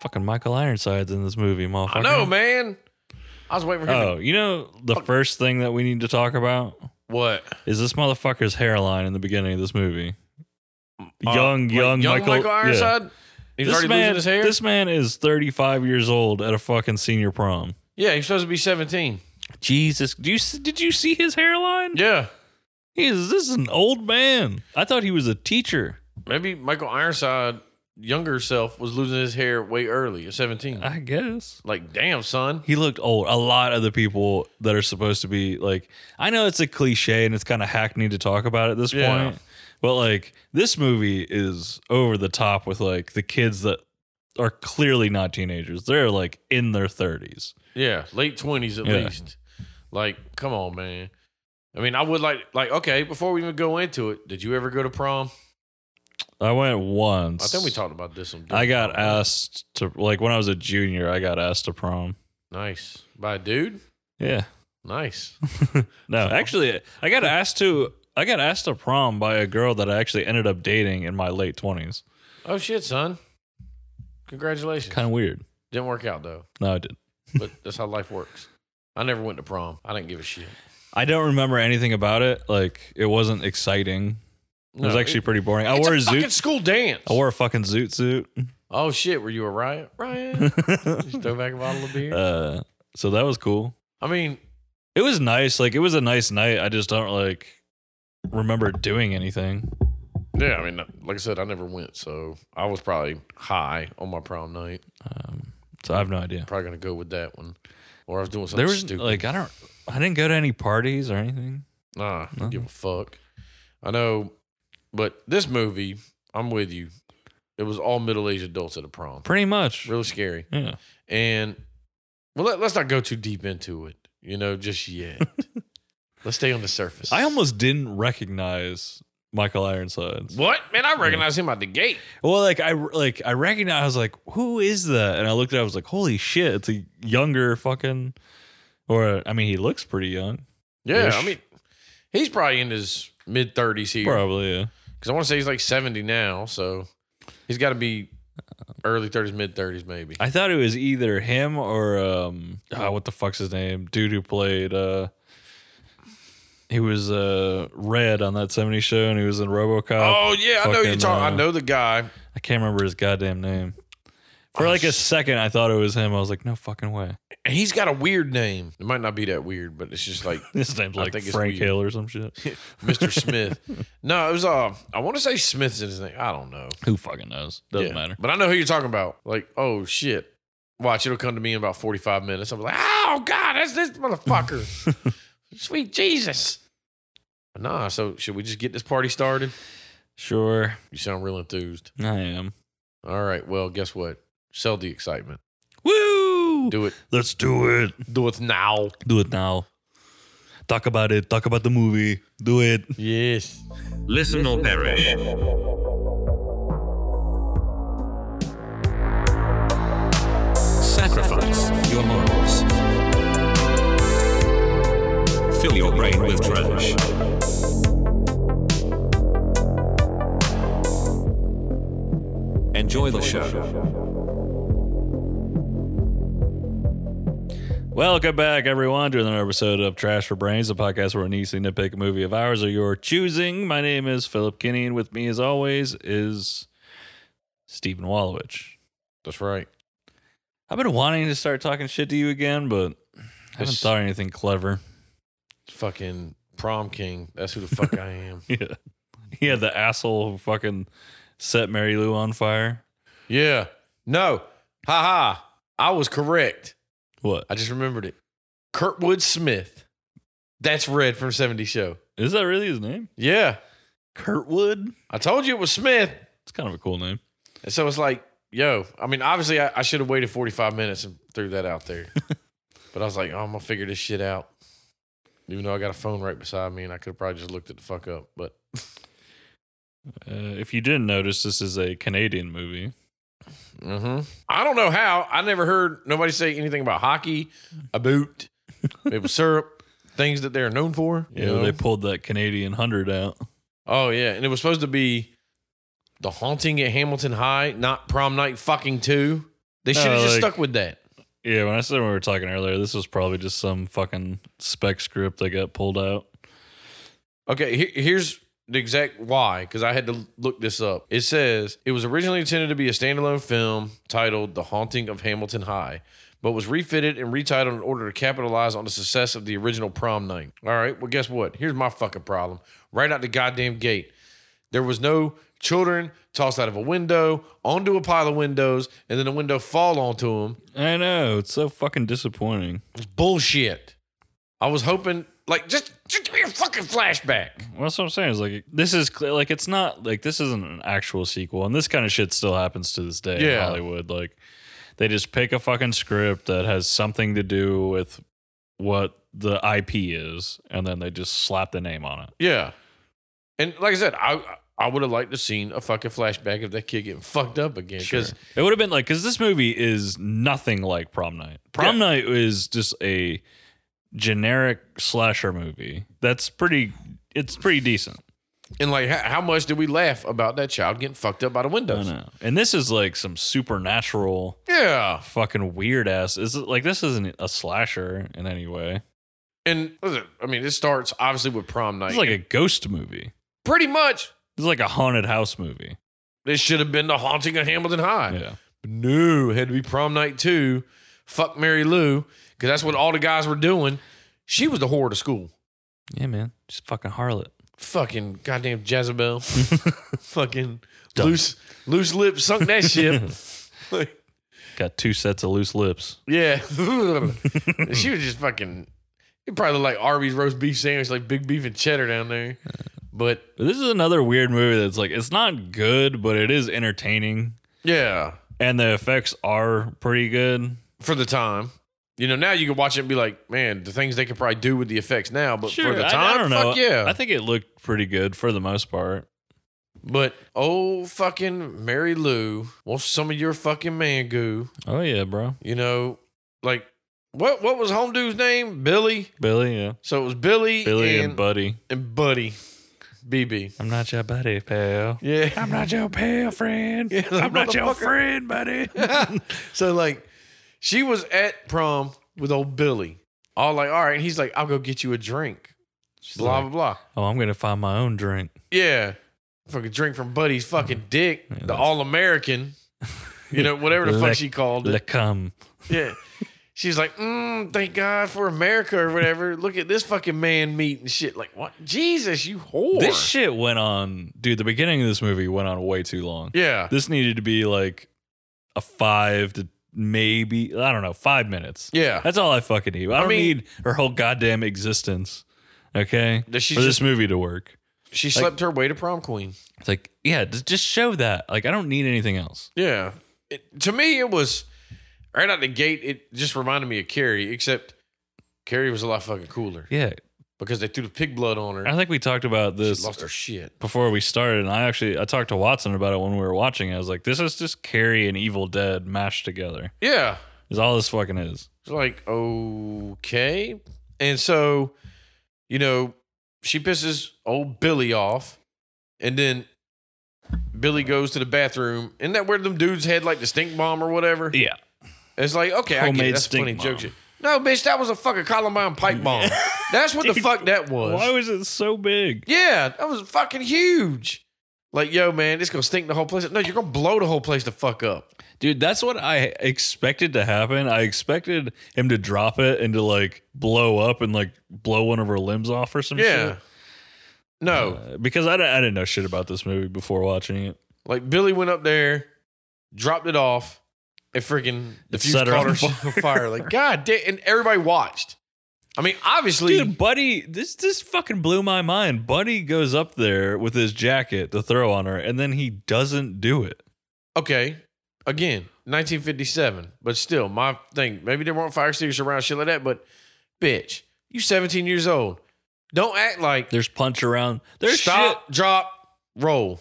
fucking Michael Ironsides in this movie, motherfucker. I know, man. I was waiting for him. Oh, you know the first thing that we need to talk about to, what? is this motherfucker's hairline in the beginning of this movie. Uh, Young, like young, young Michael, yeah. Ironside. He's this already man, losing his hair. This man is 35 years old at a fucking senior prom. yeah, he's supposed to be seventeen. Jesus, do you s- did you see his hairline? Yeah, He is, this is an old man. I thought he was a teacher. maybe Michael Ironside younger self was losing his hair way early at seventeen. I guess. like, damn, son. He looked old. A lot of the people that are supposed to be like, I know it's a cliche and it's kind of hackneyed to talk about at this Yeah. point, but like this movie is over the top with like the kids that are clearly not teenagers. They're like in their 30s. Yeah, late twenties at Yeah. least. Like, come on, man. I mean, I would like, like, okay. Before we even go into it, did you ever go to prom? I went once. I think we talked about this one. I got asked to like when I was a junior, I got asked to prom. nice by a dude. Yeah. Nice. No, actually, I got asked to I got asked to prom by a girl that I actually ended up dating in my late 20s. oh shit, son. Congratulations. Kind of weird. Didn't work out though, No, I did. but that's how life works. I never went to prom. I didn't give a shit. I don't remember anything about it. Like it wasn't exciting. It was No, actually it- pretty boring. I it's wore a, a fucking zoot. school dance. I wore a fucking zoot suit. oh shit, were you a riot? Riot. Just throw back a bottle of beer. uh, so that was cool. I mean, It was nice. Like it was a nice night. I just don't like remember doing anything. yeah. I mean, like I said, I never went, so I was probably high on my prom night. Um, so I have no idea. Probably gonna go with that one. Or I was doing something There was stupid. like I don't. I didn't go to any parties or anything. nah, I No. don't give a fuck. I know, but this movie, I'm with you. It was all middle aged adults at a prom. Pretty much. Really scary. Yeah. And well, let, let's not go too deep into it, you know, just yet. let's stay on the surface. I almost didn't recognize Michael Ironsides. what man? I recognize him at the gate. Well, like I like I recognized. I was like, "Who is that?" And I looked at. it, I was like, "Holy shit!" It's a younger fucking. Or I mean, he looks pretty young. Yeah, I Ish. mean, he's probably in his mid thirties here because Probably. Yeah. I want to say he's like seventy now, so he's got to be early thirties, mid thirties, maybe. I thought it was either him or um. ah, what the fuck's his name? Dude who played uh. He was uh red on that '70s show, and he was in RoboCop. Oh yeah, I know you fucking, talk. I uh, know the guy. I can't remember his goddamn name. For Oh, like a shit. second, I thought it was him. I was like, "No fucking way." And He's got a weird name. It might not be that weird, but it's just like His name's I like think it's Frank weird. Hill or some shit. Mr. Smith. No, it was uh, I want to say Smith's in his name. I don't know. Who fucking knows? Doesn't Yeah. matter. But I know who you're talking about. Like, oh shit. Watch, it'll come to me in about 45 minutes. I'm like, oh God, that's this motherfucker. Sweet Jesus. Nah, so should we just get this party started? Sure, You sound real enthused. I am. All right, well, guess what? Sell the excitement. Woo! Do it. Let's do it. Do it now. Do it now. Talk about it. Talk about the movie. Do it. Yes. Listen or perish. Sacrifice your morals. Fill your brain with trash. Enjoy the show. Welcome back, everyone, to another episode of Trash for Brains, the podcast where an easily nitpick a movie of ours or your choosing. My name is Philip Kinney, and with me, as always, is Stephen Wallowich. That's right. I've been wanting to start talking shit to you again, but I haven't It's- thought of anything clever. Fucking prom king. That's who the fuck I am. Yeah, yeah, the asshole who fucking set Mary Lou on fire. Yeah. No. Ha ha. I was correct. What I just remembered it. Kurtwood Smith. That's Red from 70 Show. is that really his name? Yeah. Kurtwood. I told you it was Smith. It's kind of a cool name. And so it's like, yo, I mean, obviously I, I should have waited 45 minutes and threw that out there. but I was like, oh, I'm going to figure this shit out. Even though I got a phone right beside me and I could have probably just looked it the fuck up. But Uh, if you didn't notice, this is a Canadian movie. hmm I don't know how. I never heard nobody say anything about hockey, a boot, maple syrup, things that they're known for. you Yeah, know? they pulled that Canadian hundred out. Oh yeah, and it was supposed to be the haunting at Hamilton High, not prom night fucking two. They should have Oh, just like- stuck with that. Yeah, when I said we were talking earlier, this was probably just some fucking spec script that got pulled out. Okay, he- here's the exact why because I had to look this up. It says it was originally intended to be a standalone film titled "The Haunting of Hamilton High," but was refitted and retitled in order to capitalize on the success of the original Prom Night. All right, well, guess what? Here's my fucking problem. Right out the goddamn gate, there was no children tossed out of a window onto a pile of windows, and then the window fall onto them. I know it's so fucking disappointing. It's bullshit. I was hoping, like, just just give me a fucking flashback. Well, that's what I'm saying. Is like this is cl- like it's not like this isn't an actual sequel, and this kind of shit still happens to this day in Yeah. Hollywood. Like they just pick a fucking script that has something to do with what the IP is, and then they just slap the name on it. Yeah. And like I said, I I would have liked to seen a fucking flashback of that kid getting fucked up again. Because It would have been like because this movie is nothing like Prom Night. Prom Night is just a generic slasher movie. That's pretty. It's pretty decent. and like, how, how much did we laugh about that child getting fucked up by the I windows? know. And this is like some supernatural Yeah. fucking weird ass. Is it like this isn't a slasher in any way? And listen, I mean, it starts obviously with prom night. It's like a ghost movie. pretty much, It's like a haunted house movie. this should have been the haunting of Hamilton High. Yeah. No, it had to be prom night too. Fuck Mary Lou, because that's what all the guys were doing. She was the whore to school. Yeah, man. Just fucking harlot. Fucking goddamn Jezebel. fucking loose loose lips sunk that ship. Like, Got two sets of loose lips. Yeah. she was just fucking it probably looked like Arby's roast beef sandwich, like big beef and cheddar down there. But But this is another weird movie that's like it's not good, but it is entertaining. yeah, And the effects are pretty good. for the time. You know, now you can watch it and be like, man, the things they could probably do with the effects now, but for the I- time, I, don't know. fuck yeah. I think it looked pretty good for the most part. but oh fucking Mary Lou wants some of your fucking man goo. Oh yeah, bro. You know, like what what was home dude's name? Billy. Billy, yeah. So it was Billy, Billy and, and Buddy. and Buddy. BB. I'm not your buddy, pal. Yeah. I'm not your pal friend. Yeah, I'm not your motherfucker. friend, buddy. so like she was at prom with old Billy. All like, all right, and he's like, I'll go get you a drink. blah like- blah blah. oh, I'm gonna find my own drink. Yeah. Fucking drink from Buddy's fucking dick, Mm. Yeah, the that's- all American. You know, whatever the fuck Lick- she called it. Le cum. Yeah. She's like, mm, thank God for America or whatever. Look at this fucking man meat and shit. Like, what? Jesus, you whore. This shit went on, dude. The beginning of this movie went on way too long. yeah. This needed to be like a five to maybe I don't know five minutes. Yeah. That's all I fucking need. I don't mean- need her whole goddamn existence. Okay, Does she for this just- movie to work, She slept her way to prom queen. it's like yeah, just just show that. Like I don't need anything else. Yeah. It, to me, it was right out the gate. It just reminded me of Carrie, except Carrie was a lot fucking cooler Yeah, because they threw the pig blood on her. I think we talked about She this lost her shit. before we started, and I actually I talked to Watson about it when we were watching. I was like, this is just Carrie and Evil Dead mashed together. Yeah. Is all this fucking is. It's like, okay. And so, you know, she pisses old Billy off. And then Billy goes to the bathroom. Isn't that where them dudes had like the stink bomb or whatever? Yeah. It's like, okay, I get it. Homemade That's stink funny joke bomb. shit. No, bitch, that was a fucking Columbine pipe bomb. That's what the Dude, fuck that was. Why was it so big? Yeah, that was fucking huge. Like, yo, man, it's gonna stink the whole place. No, you're gonna blow the whole place the fuck up. Dude, that's what I expected to happen. I expected him to drop it and to like blow up and like blow one of her limbs off or some yeah. shit. No, Uh, because I, di- I didn't know shit about this movie before watching it. like Billy went up there, dropped it off, and freaking the It fuse set her caught on her fire. fire. fire. Like, god damn, and everybody watched. I mean, obviously, Dude, Buddy, this this fucking blew my mind. Buddy goes up there with his jacket to throw on her, and then he doesn't do it. okay, again, 1957, but still, my thing. Maybe there weren't fire extinguishers around, shit like that. But, bitch, you 17 years old. Don't act like There's punch around. There's shit. stop, drop, roll.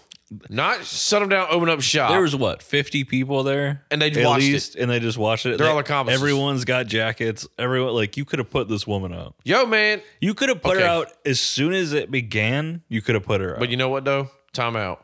Not set them down, open up shop. There was what fifty people there, And they At watched it. and they just watched it. They're They- all accomplices. Everyone's got jackets. Everyone like you could have put this woman up. Yo, man. You could have put her Okay. out as soon as it began. You could have put her out. But you know what though? Time out.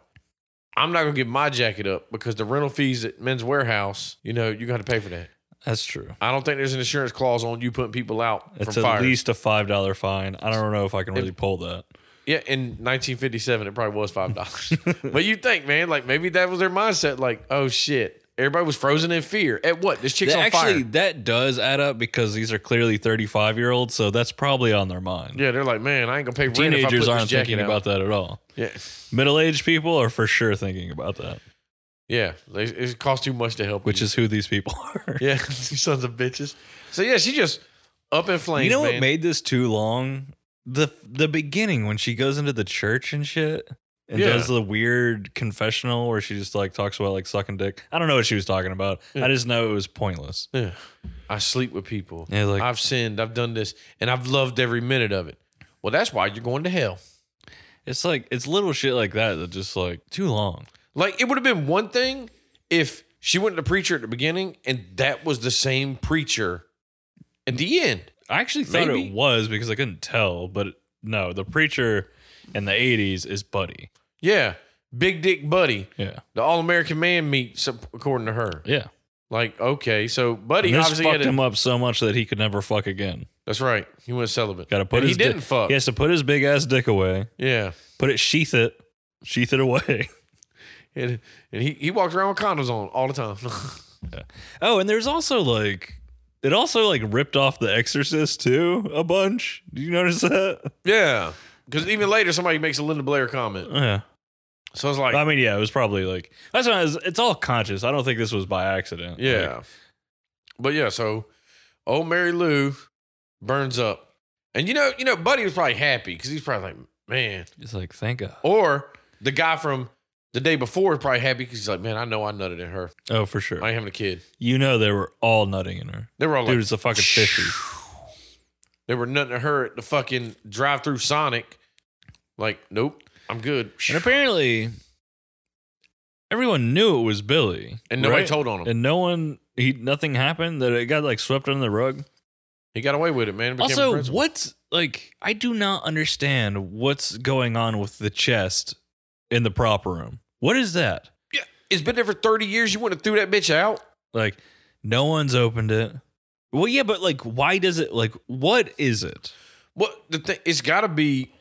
I'm not gonna give my jacket up because the rental fees at Men's Warehouse, you know, you got to pay for that. That's true. I don't think there's an insurance clause on you putting people out It's from at fire. least a five dollar fine. I don't know if I can really pull that. yeah, in 1957, it probably was five dollars. but you think, man, like maybe that was their mindset. Like, oh shit, everybody was frozen in fear. At what? This chick's That- on actually, fire. that does add up because these are clearly thirty five year olds, so that's probably on their mind. Yeah, they're like, man, I ain't gonna pay rent if I put Teenagers this aren't jacket thinking out. about that at all. Yeah, Middle aged people are for sure thinking about that, yeah, they, it costs too much to help. which you. is who these people are. yeah, you sons of bitches. So yeah, she just up in flames. you know man. what made this too long? The the beginning when she goes into the church and shit and Yeah. does the weird confessional where she just like talks about like sucking dick. I don't know what she was talking about. Yeah. I just know it was pointless. Yeah. I sleep with people. Yeah, like- I've sinned. I've done this, and I've loved every minute of it. Well, that's why you're going to hell. It's like it's little shit like that that just like too long. Like it would have been one thing if she went to the preacher at the beginning, and that was the same preacher at the end. I actually thought Maybe. it was because I couldn't tell, but no, the preacher in the 80s is Buddy. Yeah, big dick buddy, Yeah. the all American man meet, sup- according to her. Yeah. Like okay, so buddy And this obviously had fucked a, him up so much that he could never fuck again. That's right. He went celibate. Got to put And his he di- didn't fuck. He has to put his big ass dick away. Yeah. Put it sheath it, sheath it away. And, and he, he walked around with condoms on all the time. Oh, and there's also like it also like ripped off The Exorcist too a bunch. Do you notice that? yeah. Because even later, somebody makes a Linda Blair comment. Yeah. So it's like, I mean, yeah, it was probably like that's why I was- it's all conscious. I don't think this was by accident. Yeah. Like, but yeah, so old Mary Lou burns up. And you know, you know, Buddy was probably happy because he's probably like, man. it's like thank God. Or the guy from the day before is probably happy because he's like, man, I know I nutted at her. Oh, for I sure. ain't having a kid. you know they were all nutting in her. They were all Dude, like, it's a fucking fishy. they were nutting at her at the fucking drive through Sonic. Like, nope, I'm good. And apparently, everyone knew it was Billy, And nobody right? told on him. and no one he nothing happened that it got like swept under the rug. he got away with it, man. It became a Also, principal. what's like I do not understand what's going on with the chest in the prop room. What is that? Yeah, it's been there for 30 years. You wouldn't have threw that bitch out. Like no one's opened it. Well, yeah, but like why does it like what is it? What the thing? It's got to be.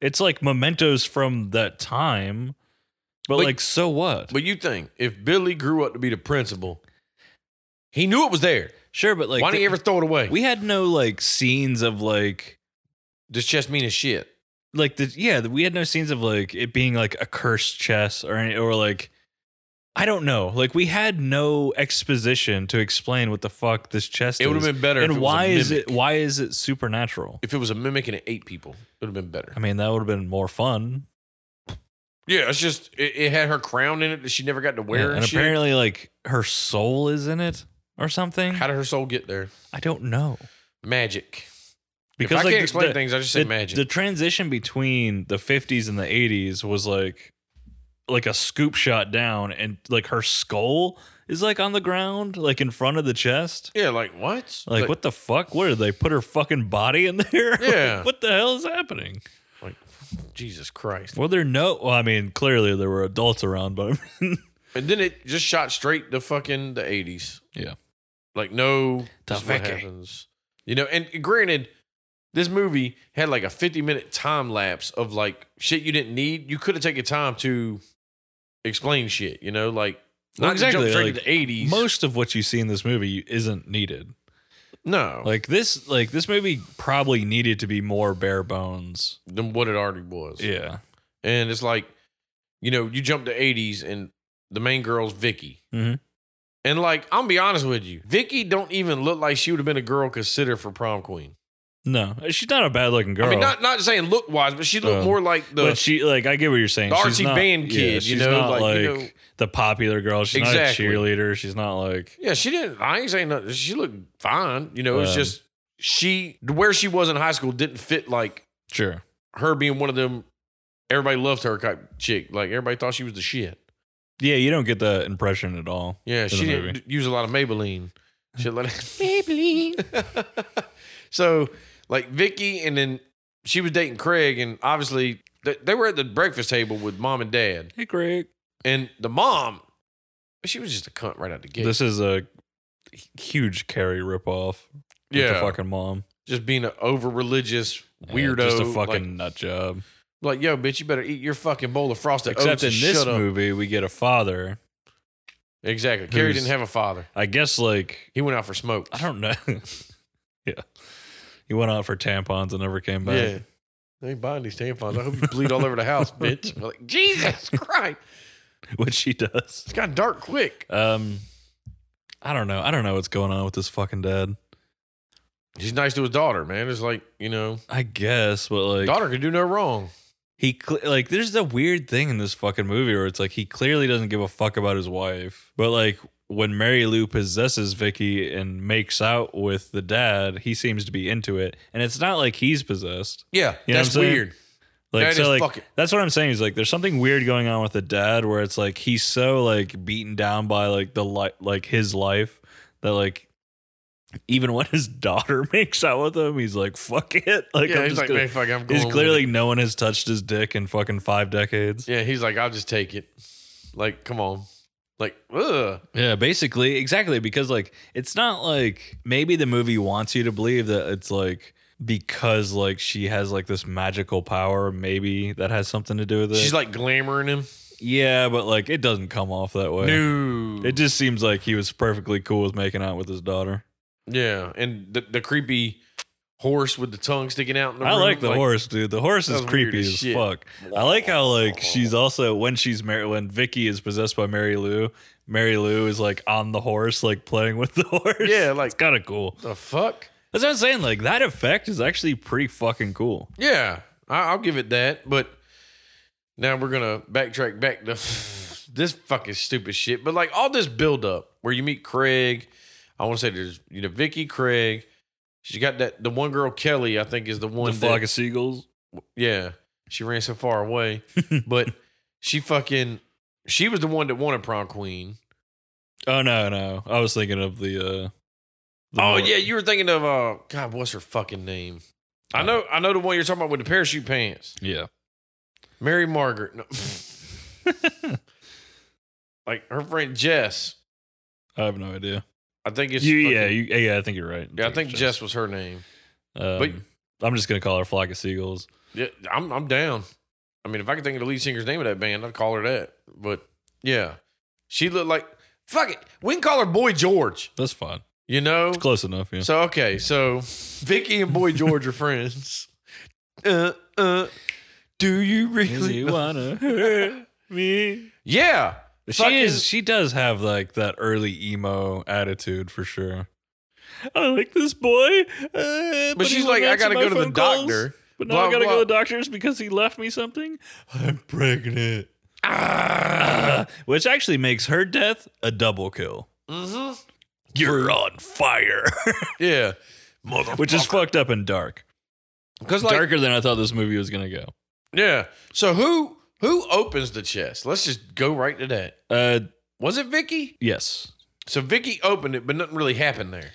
It's like mementos from that time. But, But- like so what? But you think if Billy grew up to be the principal, he knew it was there. sure, but like Why didn't the- he ever throw it away? we had no like scenes of like this chest mean as shit. like the yeah we had no scenes of like it being like a cursed chess or any or like i don't know like we had no exposition to explain what the fuck this chest It would have is been better. if and it why was a is it mimic. why is it supernatural If it was a mimic and it ate people, it would have been better. i mean that would have been more fun Yeah, it's just it, it had her crown in it that she never got to wear. Yeah, and and shit. apparently like her soul is in it or something how did her soul get there? i don't know Magic. because if I like can't the- explain the- things, I just say the, magic. the transition between the 50s and the 80s was like like a scoop shot down and like her skull is like on the ground like in front of the chest yeah, like what? like, what the fuck where did they put her fucking body in there Like, Yeah. what the hell is happening Like Jesus Christ. well there no well, i mean clearly there were adults around but I mean, And then it just shot straight to fucking the eighties. Yeah. Like no The this is what Vicky. happens. You know, and granted, this movie had like a 50 minute time lapse of like shit you didn't need. You could have taken time to explain shit, you know, like Well, not exactly, exactly, jump like, straight to the eighties. most of what you see in this movie isn't needed no. Like like this like this movie probably needed to be more bare bones than what it already was. yeah And it's like, you know, you jump to eighties and the main girl's Vicky. Mhm. And like, I'm be honest with you, Vicky don't even look like she would have been a girl considered for prom queen. no she's not a bad looking girl I mean, not not saying look wise, but she looked Um, more like the but she like I get what you're saying. the She's Archie not- Band kid, you she's know, not like, like, you know- the popular girl. She's Exactly. not a cheerleader. She's not like yeah. She didn't. I ain't saying nothing. She looked fine. You know, it's Um, just she where she was in high school didn't fit like sure. her being one of them. Everybody loved her type chick. Like everybody thought she was the shit. Yeah, you don't get that impression at all. Yeah, the she didn't movie. d- use a lot of Maybelline. Shit like Maybelline. so like Vicky, and then she was dating Craig, and obviously th- they were at the breakfast table with mom and dad. Hey, Craig. And the mom, she was just a cunt right out the gate. This is a huge Carrie ripoff. with yeah, the fucking mom, just being an over religious Yeah, weirdo. just a like- fucking nut job. like, yo, bitch, you better eat your fucking bowl of frosted Except oats. in and this oh, shut up. movie, we get a father. exactly. Carrie who's- didn't have a father. I guess like He went out for smoke. I don't know. yeah, he went out for tampons and never came back. Yeah. They ain't buying these tampons. I hope you bleed all over the house, bitch. I'm like, Jesus Christ. which he does. It's got dark quick. Um, I don't know. I don't know what's going on with this fucking dad. He's nice to his daughter, man. It's like, you know, I guess, but like daughter could do no wrong. he cle like there's a weird thing in this fucking movie where it's like he clearly doesn't give a fuck about his wife, but like when Mary Lou possesses Vicky and makes out with the dad, he seems to be into it, and it's not like he's possessed. Yeah. You know that's what I'm saying? weird. Like That so, is like fucking- that's what I'm saying is like there's something weird going on with the dad where it's like he's so like beaten down by like the li- like his life that like even when his daughter makes out with him, he's like fuck it. Like yeah, I'm he's just like, gonna- man, fuck, I'm going he's with clearly it." no one has touched his dick in fucking five decades. Yeah, he's like, I'll just take it. Like, come on. Like, ugh. Yeah, basically, exactly. Because like, it's not like maybe the movie wants you to believe that it's like because like she has like this magical power. Maybe that has something to do with it. She's like glamoring him. yeah, but like it doesn't come off that way. No. It just seems like he was perfectly cool with making out with his daughter. yeah. And the, the creepy horse with the tongue sticking out in the I room, like the horse, dude. The horse That is was creepy weird as as shit. fuck. I like how like she's also when she's mar- when Vicky is possessed by Mary Lou, Mary Lou is like on the horse, like playing with the horse. Yeah, like- it's kind of cool. The fuck? That's what I'm saying. Like that effect is actually pretty fucking cool. Yeah, I, I'll give it that. But now we're gonna backtrack back to this fucking stupid shit. But like all this buildup where you meet Craig, I want to say there's you know Vicky Craig. She got that the one girl Kelly I think is the one the that- flock of seagulls. yeah she ran so far away, but she fucking she was the one that wanted prom queen. Oh no, no. I was thinking of the. uh the Oh more- yeah, you were thinking of uh God, what's her fucking name? Uh, I know I know the one you're talking about with the parachute pants. yeah. Mary Margaret. No. like her friend Jess. I have no idea. I think it's You, yeah, fucking- you, yeah. I think you're right. yeah. I think it's Jess was her name. Um, I'm just gonna call her flock of seagulls. Yeah, I'm I'm down. I mean, if I could think of the lead singer's name of that band, I'd call her that. But yeah, she looked like fuck it. We can call her Boy George. That's fine. You know. It's close enough. Yeah. So okay, so Vicky and Boy George are friends. Uh uh. Do you really? know- wanna hurt me? Yeah. She Fucking- is. She does have like that early emo attitude for sure. I like this boy, uh, but, But he she's won't like, I answer gotta my go to the phone calls, doctor. But now Blah, I gotta blah. go to the doctor's because he left me something. I'm pregnant. Ah. Which actually makes her death a double kill. hmm You're on fire, Yeah. which is fucked up and dark, Because like darker than I thought this movie was gonna go. Yeah. So who who opens the chest? Let's just go right to that. Uh, Was it Vicky? yes, So Vicky opened it, but nothing really happened there.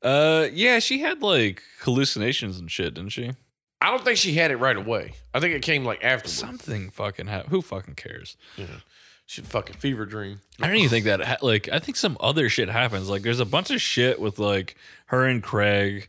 Uh, yeah, she had like hallucinations and shit, didn't she? I don't think she had it right away. I think it came like afterwards. Something fucking happened. Who fucking cares? She fucking fever dream. I don't even think that. Ha- like, I think some other shit happens. Like, there's a bunch of shit with like her and Craig.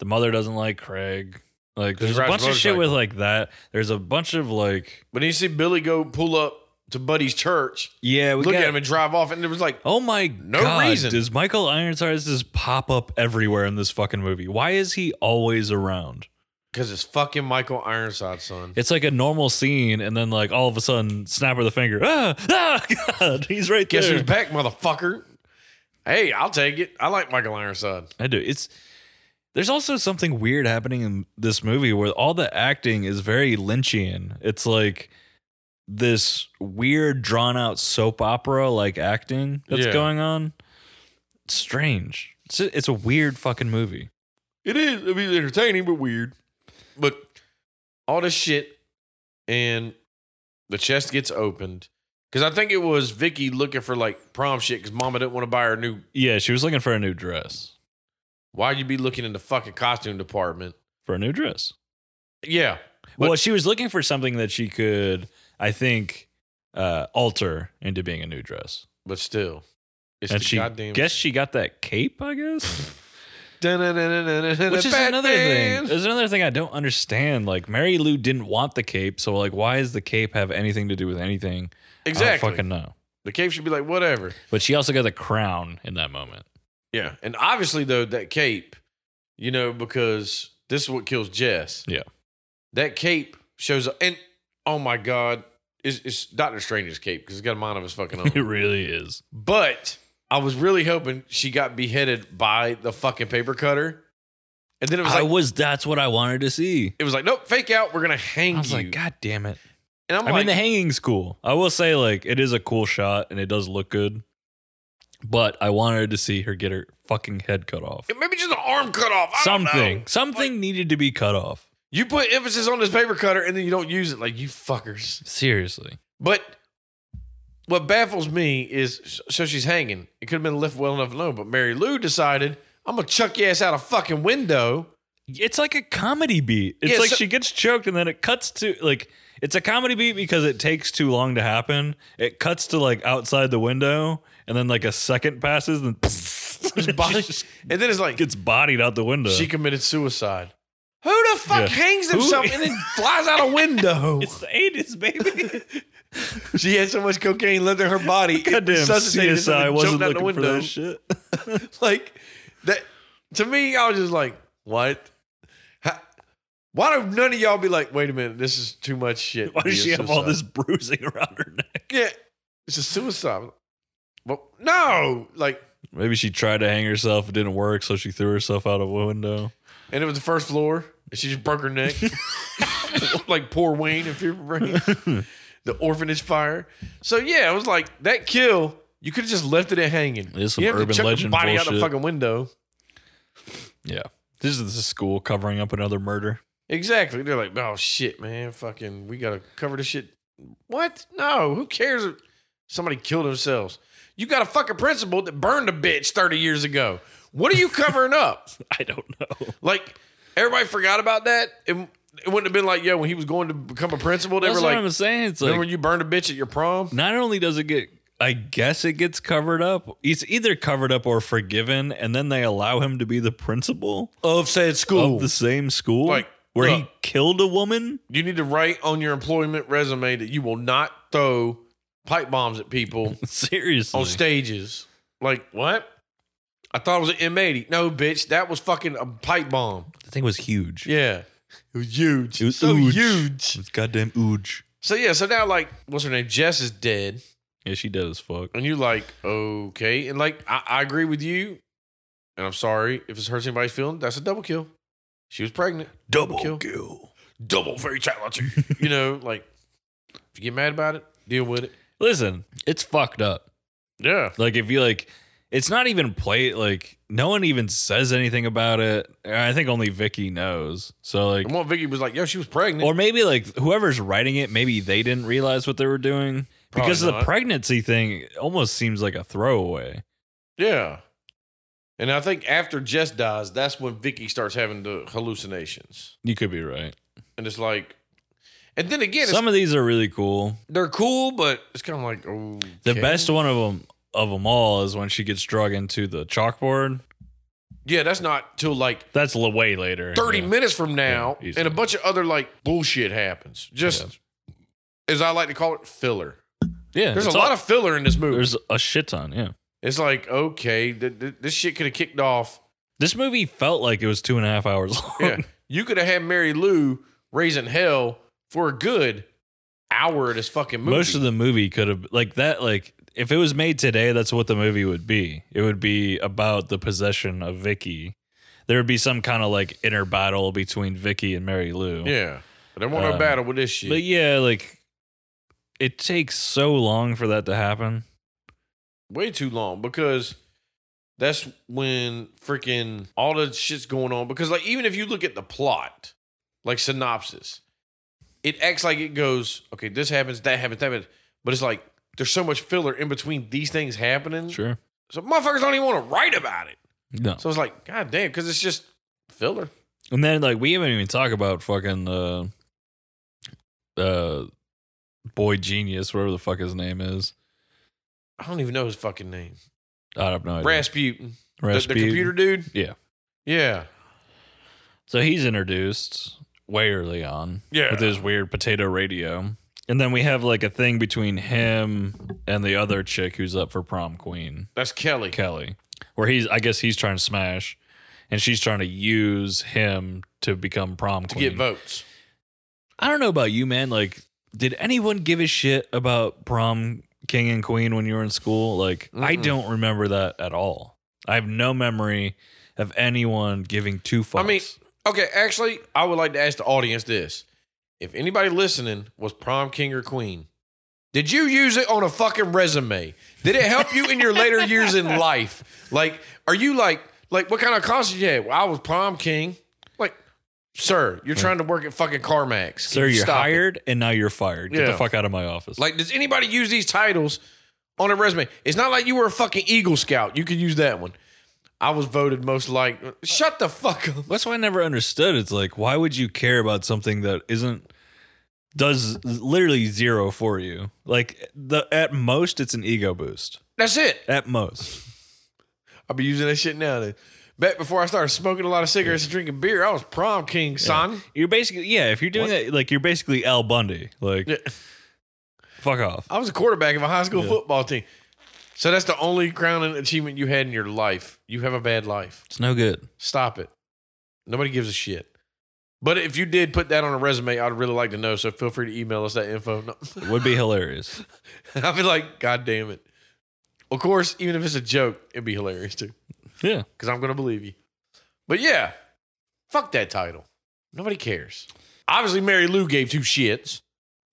The mother doesn't like Craig. Like, He there's a rides bunch of shit motorcycle. with like that. There's a bunch of like, But then you see Billy go pull up to Buddy's church, yeah, we look at him and drive off, and it was like, Oh my No god! reason. Does Michael Ironsides just pop up everywhere in this fucking movie? Why is he always around? because it's fucking Michael Ironside, son. It's like a normal scene, and then like all of a sudden, snap of the finger. Ah, ah, God, he's right Guess there. who's back, motherfucker? Hey, I'll take it. I like Michael Ironside. I do. It's there's also something weird happening in this movie where all the acting is very Lynchian. It's like this weird drawn out soap opera like acting that's Yeah. going on. It's strange. It's a, it's a weird fucking movie. It is. I mean, entertaining but weird. But all this shit, and the chest gets opened because I think it was Vicky looking for like prom shit because Mama didn't want to buy her new. Yeah, she was looking for a new dress. Why you be looking in the fucking costume department? For a new dress. Yeah, well, she was looking for something that she could, I think, uh, alter into being a new dress. But still, it's and the she goddamn. guess she got that cape, I guess. Which Which is another thing. There's another thing I don't understand. Like Mary Lou didn't want the cape, so like why does the cape have anything to do with anything? I Exactly. don't fucking know. the cape should be like whatever. But she also got the crown in that moment. Yeah, and obviously though that cape, you know, because this is what kills Jess. Yeah. that cape shows up, and oh my god, it's, it's Doctor Strange's cape because it's got a mind of his fucking It own. really is. but I was really hoping she got beheaded by the fucking paper cutter, and then it was I like was that's what I wanted to see. it was like nope, fake out. We're gonna hang I was you. like, God damn it. and I'm i like, mean the hanging's cool. I will say like it is a cool shot and it does look good. But I wanted to see her get her fucking head cut off. maybe just an arm cut off. I don't know. Something. Something needed to be cut off. You put emphasis on this paper cutter and then you don't use it, like you fuckers. Seriously. But what baffles me is so she's hanging. It could have been left well enough alone, but Mary Lou decided I'm gonna chuck your ass out a fucking window. It's like a comedy beat. It's Yeah, like so- she gets choked and then it cuts to like it's a comedy beat because it takes too long to happen. It cuts to like outside the window and then like a second passes and His body- and then it's like gets bodied out the window. she committed suicide. Who the fuck Yeah. hangs Who- himself and then flies out a window? it's the 80s, baby. she had so much cocaine left in her body. it Goddamn resuscitated herself CSI and wasn't jumped out the looking for window. that shit. like that to me i was just like what Ha- why do none of y'all be like wait a minute this is too much shit Why to be does a she have all this suicide?" bruising around her neck? yeah it's a suicide well no like Maybe she tried to hang herself, it didn't work, so she threw herself out of a window. and it was the first floor and she just broke her neck like poor wayne if you're right the orphanage fire so yeah it was like that kill you could have just left it hanging is some you have urban to chuck the legend body out the bullshit. fucking window yeah. This is the school covering up another murder. Exactly. They're like, oh shit, man, fucking, we gotta cover this shit. What? No, who cares if somebody killed themselves? You got a fucking principal that burned a bitch 30 years ago. What are you covering up? I don't know. Like, everybody forgot about that. It, it wouldn't have been like, yeah, when he was going to become a principal, they That's were what like, I'm saying. It's remember like when you burned a bitch at your prom? not only does it get I guess it gets covered up. It's either covered up or forgiven, and then they allow him to be the principal Of said of the same school Like, where he look. killed a woman. you need to write on your employment resume that you will not throw pipe bombs at people Seriously. on stages. Like what? I thought it was an M80. No, bitch, that was fucking a pipe bomb. the thing was huge. Yeah, it was huge. It was so huge. huge. It's goddamn ooge. So yeah, so now like, what's her name? Jess is dead, Yeah, she dead as fuck. and you're like, okay, and like, I, I agree with you, and I'm sorry if it's hurts anybody's feeling. That's a double kill. She was pregnant. Double kill. kill. Double fatality. you know, like, if you get mad about it, deal with it. Listen, it's fucked up. Yeah. Like if you like, it's not even play. Like no one even says anything about it. I think only Vicky knows. So like, And what Vicky was like, yo, she was pregnant. or maybe like whoever's writing it, maybe they didn't realize what they were doing Probably because the not. pregnancy thing almost seems like a throwaway. Yeah. And I think after Jess dies, that's when Vicky starts having the hallucinations. You could be right. And it's like, and then again, it's, Some of these are really cool. they're cool, but it's kind of like, oh. The best one of them of them all is when she gets drug into the chalkboard. Yeah, that's not till like That's l- way later. 30 Yeah. minutes from now. Yeah, easily. and a bunch of other like bullshit happens. Just as I like to call it, filler. Yeah, There's it's a lot all- of filler in this movie. There's a shit ton. Yeah. it's like, okay, th- th- this shit could have kicked off. This movie felt like it was two and a half hours long. Yeah. you could have had Mary Lou raising hell for a good hour of this fucking movie. Most of the movie could have like that like if it was made today, that's what the movie would be. It would be about the possession of Vicky. There would be some kind of like inner battle between Vicky and Mary Lou. Yeah. But there won't no Um, battle with this shit. But yeah, like it takes so long for that to happen. Way too long because that's when freaking all the shit's going on. Because like even if you look at the plot, like synopsis, it acts like it goes, okay, this happens, that happens, that happens. But it's like there's so much filler in between these things happening. Sure. So motherfuckers don't even want to write about it. No. So it's like, god damn, because it's just filler. And then like we haven't even talked about fucking uh uh boy genius, whatever the fuck his name is. I don't even know his fucking name. I don't know. Rasputin. The- The, Rasputin. computer dude? Yeah. Yeah. So he's introduced way early on Yeah. with his weird potato radio. And then we have like a thing between him and the other chick who's up for prom queen, That's Kelly. Kelly, where he's, I guess he's trying to smash and she's trying to use him to become prom to queen. get votes. I don't know about you, man. Like, did anyone give a shit about prom king and queen when you were in school? Like, I Mm-mm. don't remember that at all. I have no memory of anyone giving two fucks. I mean- Okay, actually, I would like to ask the audience this. If anybody listening was prom king or queen, did you use it on a fucking resume? Did it help you in your later years in life? Like, are you like, like, what kind of college did you have? Well, I was prom king. Like, sir, you're trying to work at fucking CarMax. Can sir, you you're stop it? hired and now you're fired. Get Yeah. the fuck out of my office. Like, does anybody use these titles on a resume? It's not like you were a fucking Eagle Scout. You could use that one. I was voted most like. Shut the fuck up. that's why I never understood. It's like, why would you care about something that isn't does literally zero for you? Like the at most, it's an ego boost. That's it. At most, I'll be using that shit now. Then. Back before I started smoking a lot of cigarettes and drinking beer, I was prom king, son. you're basically yeah. If you're doing that, like you're basically Al Bundy. Like, Yeah. fuck off. I was a quarterback of a high school Yeah. football team. So that's the only crowning achievement you had in your life. You have a bad life. It's no good. Stop it. Nobody gives a shit. But if you did put that on a resume, I'd really like to know. So feel free to email us that info. No. It would be hilarious. I'd be like, God damn it. Of course, even if it's a joke, it'd be hilarious too, Yeah. because I'm going to believe you. But yeah, fuck that title. Nobody cares. Obviously, Mary Lou gave two shits.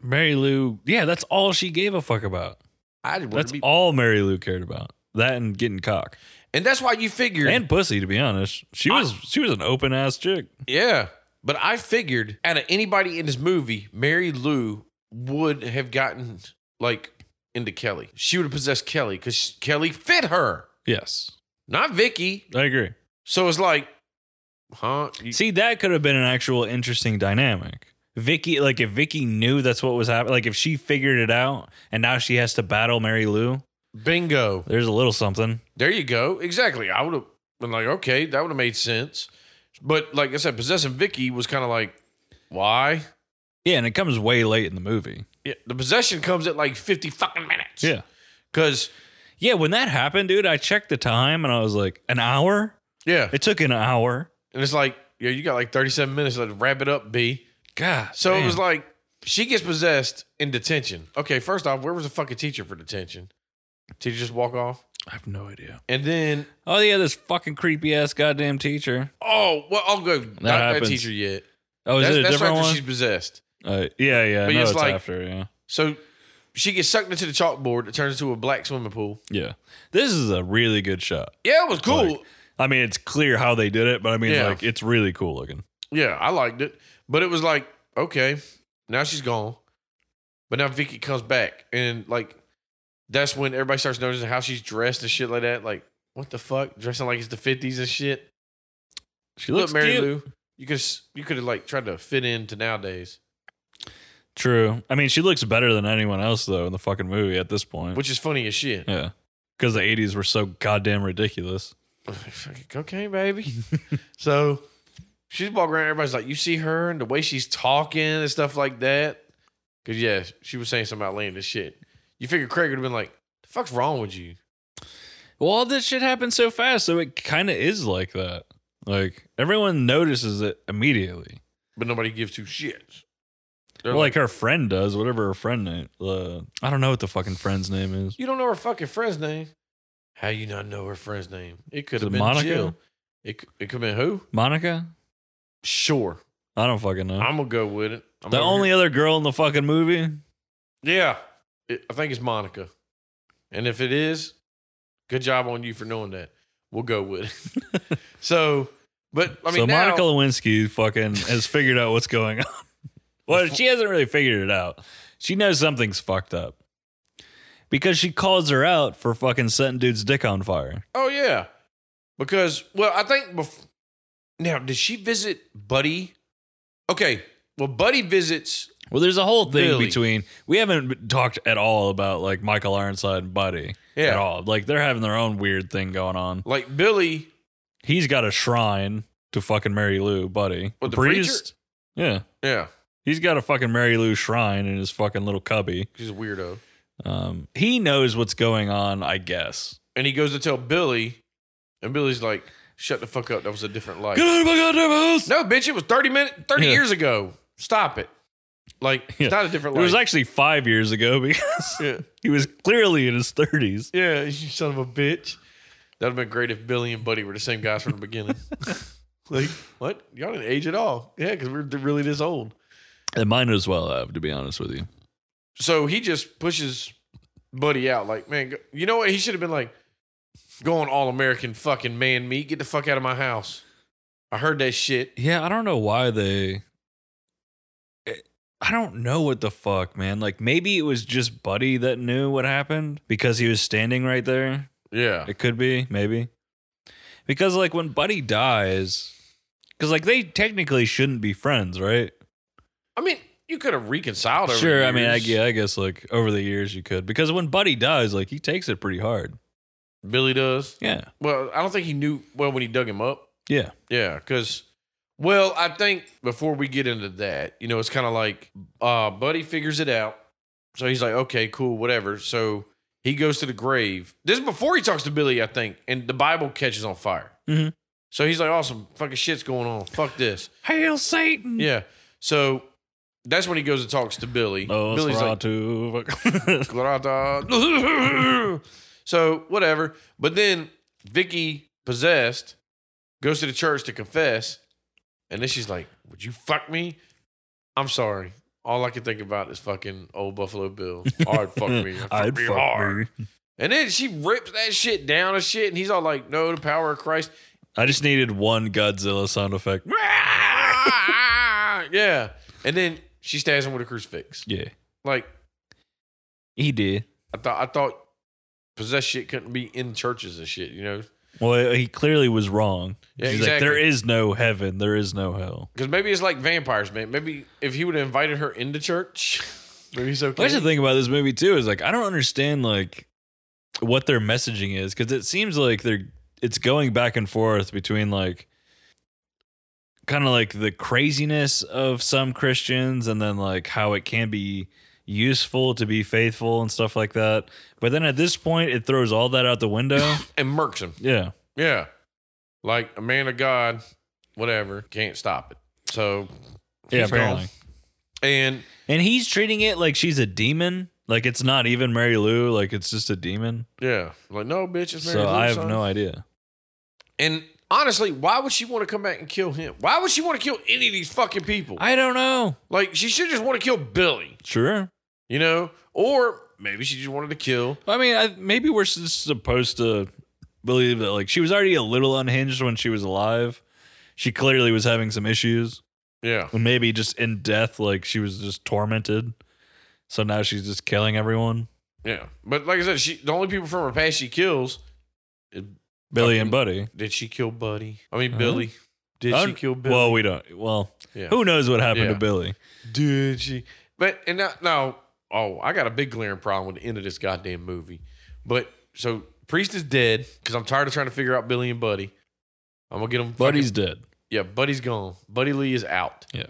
Mary Lou, yeah, that's all she gave a fuck about. I didn't want That's to be. all Mary Lou cared about. That and getting cock. and that's why you figured. And pussy, to be honest. She was she was an open ass chick. yeah. But I figured out of anybody in this movie, Mary Lou would have gotten like into Kelly. She would have possessed Kelly because Kelly fit her, Yes. not Vicky. I agree. So it's like, huh? You- See, that could have been an actual interesting dynamic. Vicky, like if Vicky knew that's what was happening, like if she figured it out and now she has to battle Mary Lou, bingo. there's a little something. There you go. Exactly. I would have been like, okay, that would have made sense. But like I said, possessing Vicky was kind of like, why? Yeah, and it comes way late in the movie. Yeah, the possession comes at like fifty fucking minutes. because Yeah, when that happened, dude, I checked the time and I was like, an hour? yeah, It took an hour. and it's like, yeah, you got like thirty-seven minutes. Let's wrap it up, B. God. So it damn. was like she gets possessed in detention. Okay, first off, where was the fucking teacher for detention? Teacher just walk off, I have no idea. and then Oh yeah, this fucking creepy ass goddamn teacher. oh, well, I'll go. Not that happens. teacher yet. Oh, is that's it a that's different after one? she's possessed. Uh, yeah, yeah. But no, it's it's, like- after. Yeah, So she gets sucked into the chalkboard. It turns into a black swimming pool. yeah. This is a really good shot. Yeah, it was cool. Like- I mean, it's clear how they did it, but I mean, Yeah. like, it's really cool looking. yeah, I liked it. But it was like, okay, now she's gone. But now Vicky comes back. And like, that's when everybody starts noticing how she's dressed and shit like that. Like, what the fuck? Dressing like it's the 50s and shit. She Look, looks Mary cute. Lou. You could you could have like tried to fit into nowadays, True. I mean, she looks better than anyone else though in the fucking movie at this point. which is funny as shit. yeah, because the '80s were so goddamn ridiculous. okay, baby. so she's walking around. Everybody's like, you see her and the way she's talking and stuff like that. Cause yeah, she was saying some outlandish shit. You figure Craig would have been like, the fuck's wrong with you? Well, all this shit happened so fast, so it kind of is like that. Like everyone notices it immediately. But nobody gives two shits. They're Well, like her friend does, whatever her friend name. Uh, I don't know what the fucking friend's name is. you don't know her fucking friend's name. How you not know her friend's name? It could Is it have been Monica? Jill. It, c- it could have been who? Monica? Sure. I don't fucking know. I'm gonna go with it. I'm the over only here. other girl in the fucking movie. Yeah. It- I think it's Monica. And if it is, good job on you for knowing that. We'll go with it. so, but I mean, so now, Monica Lewinsky fucking has figured out what's going on. well, she hasn't really figured it out. She knows something's fucked up because she calls her out for fucking setting dude's dick on fire. Oh yeah, because well, I think bef- now did she visit Buddy? Okay, well, Buddy visits Well, there's a whole thing Really? between we haven't talked at all about like Michael Ironside and Buddy at Yeah. all. Like they're having their own weird thing going on. Like Billy, He's got a shrine to fucking Mary Lou, Buddy. What, the Yeah. yeah, He's got a fucking Mary Lou shrine in his fucking little cubby. he's a weirdo. Um, he knows what's going on, I guess. And he goes to tell Billy, and Billy's like, "Shut the fuck up. That was a different life." Get out of my goddamn house! No, bitch, it was thirty minutes, thirty Yeah. years ago. Stop it. Like Yeah. it's not a different It was life. actually five years ago because yeah. he was clearly in his 30s. Yeah, you son of a bitch. That'd have been great if Billy and Buddy were the same guys from the beginning. like, what? Y'all didn't age at all. Yeah, because we're th- really this old. It might as well have, to be honest with you. So he just pushes Buddy out. Like, man, go- you know what? He should have been like, go on all American fucking man meat. Get the fuck out of my house. I heard that shit. Yeah, I don't know why they. It- I don't know what the fuck, man. Like maybe it was just Buddy that knew what happened because he was standing right there. Yeah. It could be, maybe. Because like when Buddy dies, because like they technically shouldn't be friends, right? I mean, you could have reconciled over sure. the I mean, I, years. yeah, I guess like over the years you could because when Buddy dies, like he takes it pretty hard. Billy does. Yeah. Well, I don't think he knew well when he dug him up. Yeah. Yeah, because well, I think before we get into that, you know, it's kind of like uh, Buddy figures it out, so he's like, okay, cool, whatever. So he goes to the grave. This is before he talks to Billy, I think, and the Bible catches on fire. Mhm. So he's like, awesome, fucking shit's going on. Fuck this. Hail Satan. Yeah. So that's when he goes and talks to Billy. Oh, Billy's like, Nosferatu. Glorata. so whatever. But then Vicky possessed goes to the church to confess, and then she's like, "Would you fuck me? I'm sorry. All I can think about is fucking old Buffalo Bill. Hard fuck me. Fuck I'd me fuck hard." me. And then she rips that shit down and shit, and he's all like, "No, the power of Christ." I just needed one Godzilla sound effect. Ah, yeah. And then she stabs him with a crucifix. Yeah. Like He did. I thought, I thought possessed shit couldn't be in churches and shit. You know. Well, he clearly was wrong. Yeah, He's like, exactly. there is no heaven, there is no hell. Because maybe it's like vampires, man. Maybe if he would have invited her into church, maybe he's okay. That's the thing about this movie too is like I don't understand like what their messaging is because it seems like they're it's going back and forth between like kind of like the craziness of some Christians and then like how it can be useful to be faithful and stuff like that. But then at this point, it throws all that out the window. And murks him. yeah, Yeah. Like a man of God, whatever, can't stop it. So, yeah, he's gone. apparently. And And he's treating it like she's a demon. Like it's not even Mary Lou. Like it's just a demon. yeah, like, no, bitch, it's Mary so Lou, I have son. no idea. And honestly, why would she want to come back and kill him? Why would she want to kill any of these fucking people? I don't know. like, she should just want to kill Billy, Sure. you know? Or maybe she just wanted to kill. I mean, I, maybe we're s- supposed to believe that like she was already a little unhinged when she was alive. She clearly was having some issues. Yeah. And maybe just in death, like she was just tormented. So now she's just killing everyone. Yeah. But like I said, she the only people from her past she kills Billy and Buddy. Did she kill Buddy? I mean Huh? Billy. Did I she don't- kill Billy? Well, we don't. Well, yeah. who knows what happened Yeah. to Billy? did she? But and now, now, oh, I got a big glaring problem with the end of this goddamn movie. But so Priest is dead because I'm tired of trying to figure out Billy and Buddy. I'm gonna get him. Buddy's fucking- dead. yeah, Buddy's gone. Buddy Lee is out. Yeah.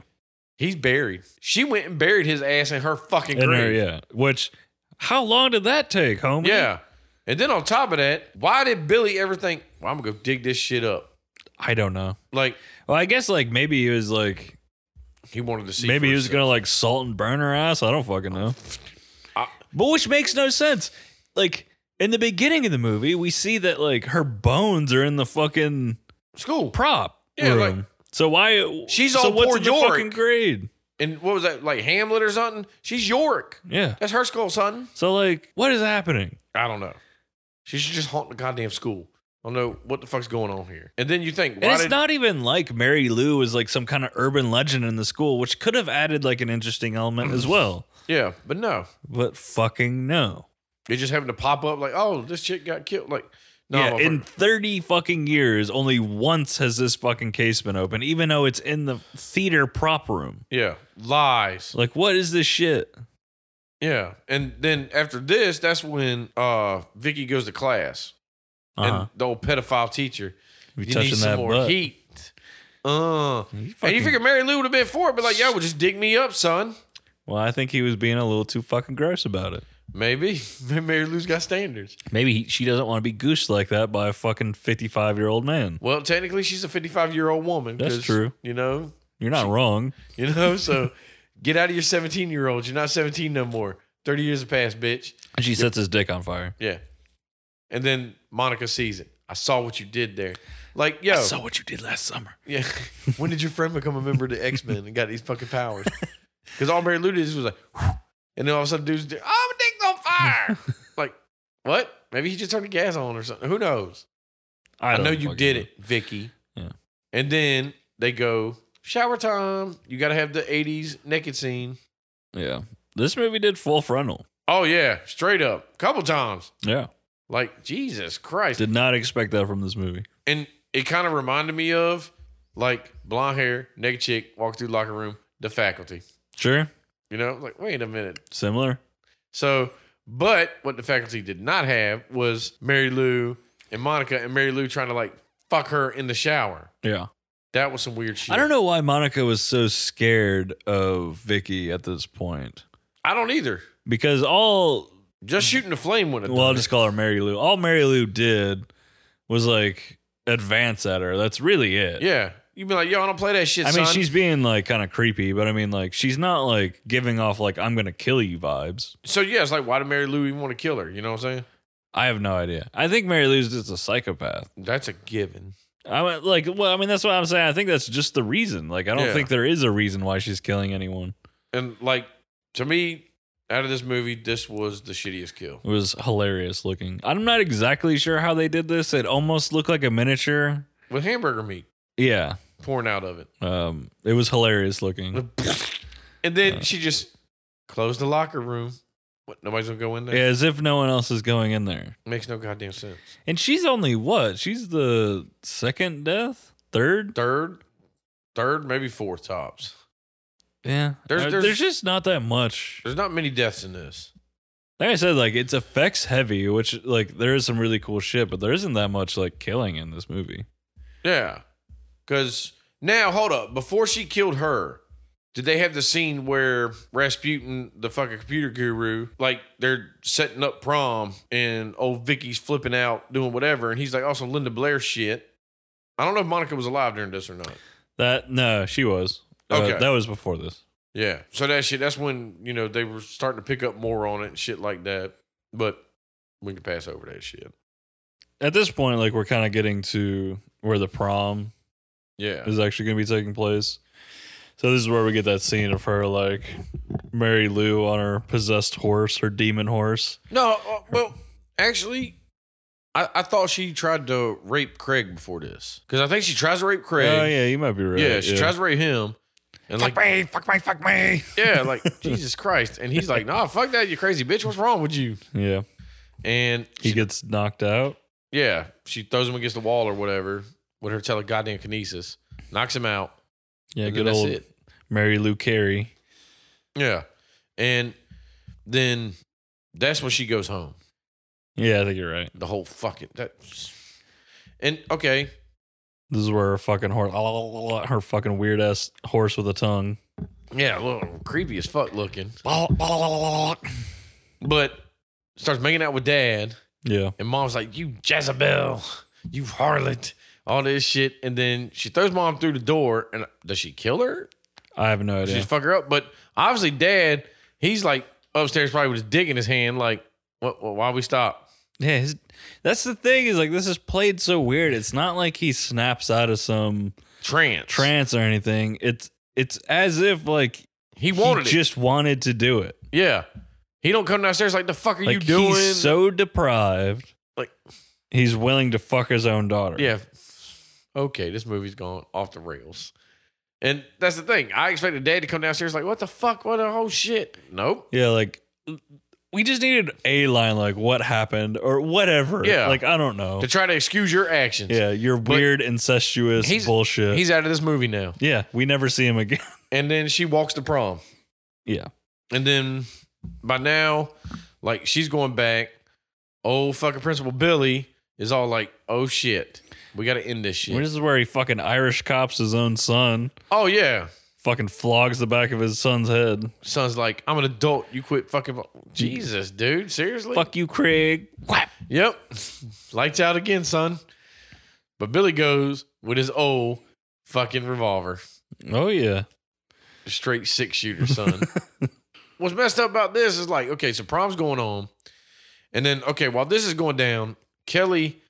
he's buried. She went and buried his ass in her fucking And her, grave. yeah. Which, how long did that take, homie? yeah. And then on top of that, why did Billy ever think, well, I'm gonna go dig this shit up? I don't know. Like Well, I guess like maybe he was like he wanted to see. maybe for he was himself. gonna like salt and burn her ass. I don't fucking know. I- but which makes no sense. Like in the beginning of the movie, we see that like her bones are in the fucking school. prop Yeah, like- room. so why She's so all what's poor in the Yorick. fucking grade? and what was that like Hamlet or something? She's Yorick. Yeah. That's her school, son. So like, what is happening? I don't know. She should just haunt the goddamn school. I don't know what the fuck's going on here. And then you think, and why it's did? not even like Mary Lou is like some kind of urban legend in the school, which could have added like an interesting element as well. yeah, but no, But fucking no. it just happened to pop up like, oh, this chick got killed. Like, No, yeah, I'm in over- 30 fucking years, only once has this fucking case been open, even though it's in the theater prop room. yeah, lies. Like, what is this shit? Yeah, and then after this, that's when uh Vicky goes to class, Uh-huh. and the old pedophile teacher. You You touching need some that more butt. heat. Uh, You and you fucking- figure Mary Lou would have been for it, but like, yo, well, just dig me up, son. well, I think he was being a little too fucking gross about it. Maybe Mary Lou's got standards. Maybe he, she doesn't want to be goosed like that by a fucking 55 year old man. Well, technically, she's a 55 year old woman. That's 'cause, true. You know, You're not wrong. you know. So get out of your 17 year olds. You're not 17 no more. 30 years have passed, bitch. And she sets his dick on fire. Yeah. And then Monica sees it. I saw what you did there. Like, yo, what you did last summer. yeah. when did your friend become a member of the X Men and got these fucking powers? Because all Mary Lou did was like, and then all of a sudden, dude's there, oh, my dick's on fire. like, what? Maybe he just turned the gas on or something. Who knows? I, know you did it, Vicky. Yeah. And then they go shower time. You got to have the '80s naked scene. Yeah. This movie did full frontal. Oh yeah, straight up, couple times. Yeah. Like Jesus Christ. Did not expect that from this movie. and it kind of reminded me of like blonde hair, naked chick walk through the locker room, the faculty. Sure. You know, like wait a minute. Similar. So, but what the faculty did not have was Mary Lou and Monica, and Mary Lou trying to like fuck her in the shower. Yeah. That was some weird shit. I don't know why Monica was so scared of Vicky at this point. I don't either. Because all Just shooting the flame would have. well, I'll done it. just call her Mary Lou. All Mary Lou did was like advance at her. That's really it. Yeah. You'd be like, yo, I don't play that shit. I mean, son. she's being like kind of creepy, but I mean, like, she's not like giving off like I'm gonna kill you vibes. so yeah, it's like, why did Mary Lou even want to kill her? You know what I'm saying? I have no idea. I think Mary Lou's just a psychopath. That's a given. I mean, like, well, I mean, that's what I'm saying. I think that's just the reason. Like, I don't Yeah. think there is a reason why she's killing anyone. And like to me, out of this movie, this was the shittiest kill. It was hilarious looking. I'm not exactly sure how they did this. It almost looked like a miniature. With hamburger meat Yeah. pouring out of it. Um, it was hilarious looking. And then she just closed the locker room. What nobody's gonna go in there? As if no one else is going in there. Makes no goddamn sense. And she's only what? She's the second death? Third? Third, third, maybe fourth tops. Yeah. There's- Uh, there's- just not that much. There's not many deaths in this. Like I said, like it's effects heavy, which like there is some really cool shit, but there isn't that much like killing in this movie. Yeah. Cause now hold up. Before she killed her, did they have the scene where Rasputin, the fucking computer guru, like they're setting up prom and old Vicky's flipping out, doing whatever, and he's like, also Linda Blair shit. I don't know if Monica was alive during this or not. That no, she was. Uh, Okay. that was before this. Yeah. So that shit, that's when, you know, they were starting to pick up more on it and shit like that. But we can pass over that shit. At this point, like we're kind of getting to where the prom Yeah. is actually going to be taking place. So this is where we get that scene of her like Mary Lou on her possessed horse, her demon horse. No, uh, well, actually, I, I thought she tried to rape Craig before this because I think she tries to rape Craig. Oh yeah, you might be right. yeah, she tries to rape him, and like, me, fuck me, fuck me. yeah, like Jesus Christ, and he's like, "Nah, fuck that, you crazy bitch. What's wrong with you?" Yeah, And he she- gets knocked out. yeah, she throws him against the wall or whatever with her tele goddamn kinesis, knocks him out. Yeah, and then good that's old it. Mary Lou Carey. Yeah, and then that's when she goes home. Yeah, I think you're right. The whole fucking that. And okay, This is where her fucking horse, her fucking weird ass horse with a tongue. yeah, a little creepy as fuck looking. but starts making out with dad, Yeah, and mom's like, "You Jezebel, you harlot, all this shit." And then she throws mom through the door, and does she kill her? I have no Does idea. she fuck her up? But obviously, dad, he's like upstairs, probably with his dick in his hand, like, "What? what why we stop?" Yeah, his, that's the thing is like this is played so weird. It's not like he snaps out of some Trance. trance or anything. It's it's as if like He wanted it. just wanted to do it. Yeah. He don't come downstairs like the fuck are Like you doing? he's so deprived, Like- he's willing to fuck his own daughter. yeah. Okay, this movie's gone off the rails. And that's the thing. I expected dad to come downstairs like, what the fuck? What the whole shit? Nope. yeah. Like we just needed a line like what happened or whatever. Yeah. Like I don't know. to try to excuse your actions. Yeah, your weird incestuous He's- bullshit. He's out of this movie now. yeah, we never see him again. And then she walks to prom. Yeah. And then by now, like she's going back. Old fucking Principal Billy is all like, oh shit. We gotta end this shit. This is where he fucking Irish cops his own son, oh yeah. fucking flogs the back of his son's head. Son's like, I'm an adult. You quit fucking Jesus, dude. Seriously? Fuck you, Craig. Whap. Yep. Lights out again, son. But Billy goes with his old fucking revolver. Oh yeah. straight six shooter, son. What's messed up about this is like, okay, so prom's going on. And then, okay, while this is going down, Kelly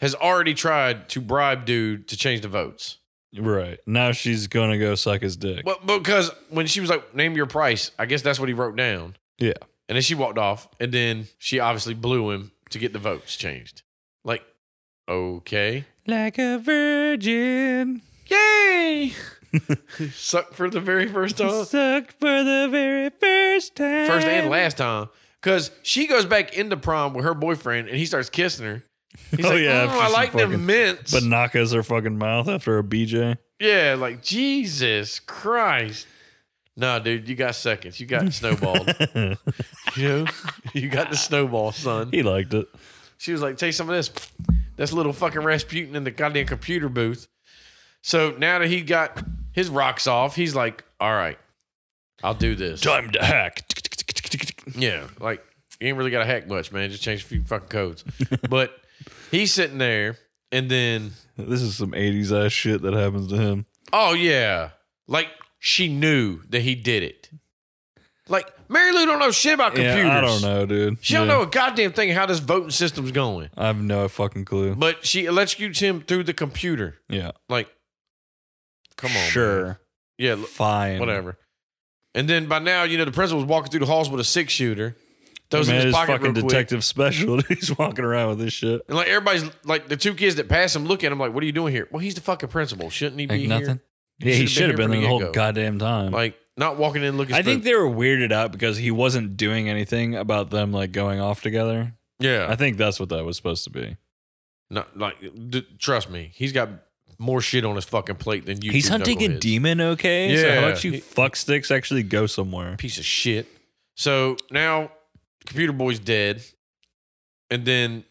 has already tried to bribe dude to change the votes. Right. Now she's gonna go suck his dick. But because when she was like, name your price, I guess that's what he wrote down. Yeah. And then she walked off. And then she obviously blew him to get the votes changed. Like, okay. Like a virgin. Yay! Suck for the very first time. Sucked for the very first time. first and last time because she goes back into prom with her boyfriend and he starts kissing her. He's Oh, like, yeah, "Mm, after I she like them fucking- mints. But Naka's her fucking mouth after a BJ. yeah, like Jesus Christ. No, dude, you got seconds. You got snowballed. you know, you got the snowball, son. he liked it. She was like, take some of this. That's little fucking Rasputin in the goddamn computer booth. So now that he got his rocks off, he's like, all right, I'll do this. Time to hack. Yeah, like you ain't really got to hack much, man. Just change a few fucking codes. but he's sitting there, and then This is some 80s ass shit that happens to him. oh yeah, like she knew that he did it. Like Mary Lou don't know shit about computers. Yeah, I don't know, dude. She don't Yeah. know a goddamn thing how this voting system's going. I have no fucking clue. But she electrocutes him through the computer. Yeah. Like, come on, man. Sure. yeah, l- Fine. whatever. And then by now, you know the principal's walking through the halls with a six shooter. Throws Man, in his his pocket fucking real quick. detective special. dude. He's walking around with this shit. And like everybody's like the two kids that pass him look at him like, what are you doing here? Well, he's the fucking principal. Shouldn't he Like be nothing. here? Yeah, he should should've have been been, there here the from whole the get-go. goddamn time. Like not walking in looking. I think they were weirded out because he wasn't doing anything about them like going off together. I yeah, think that's what that was supposed to be. not like d- trust me, he's got more shit on his fucking plate than you. He's two hunting a knuckleheads. demon, okay? So Yeah. how about you fuck sticks actually go somewhere? piece of shit. So now, computer boy's dead, and then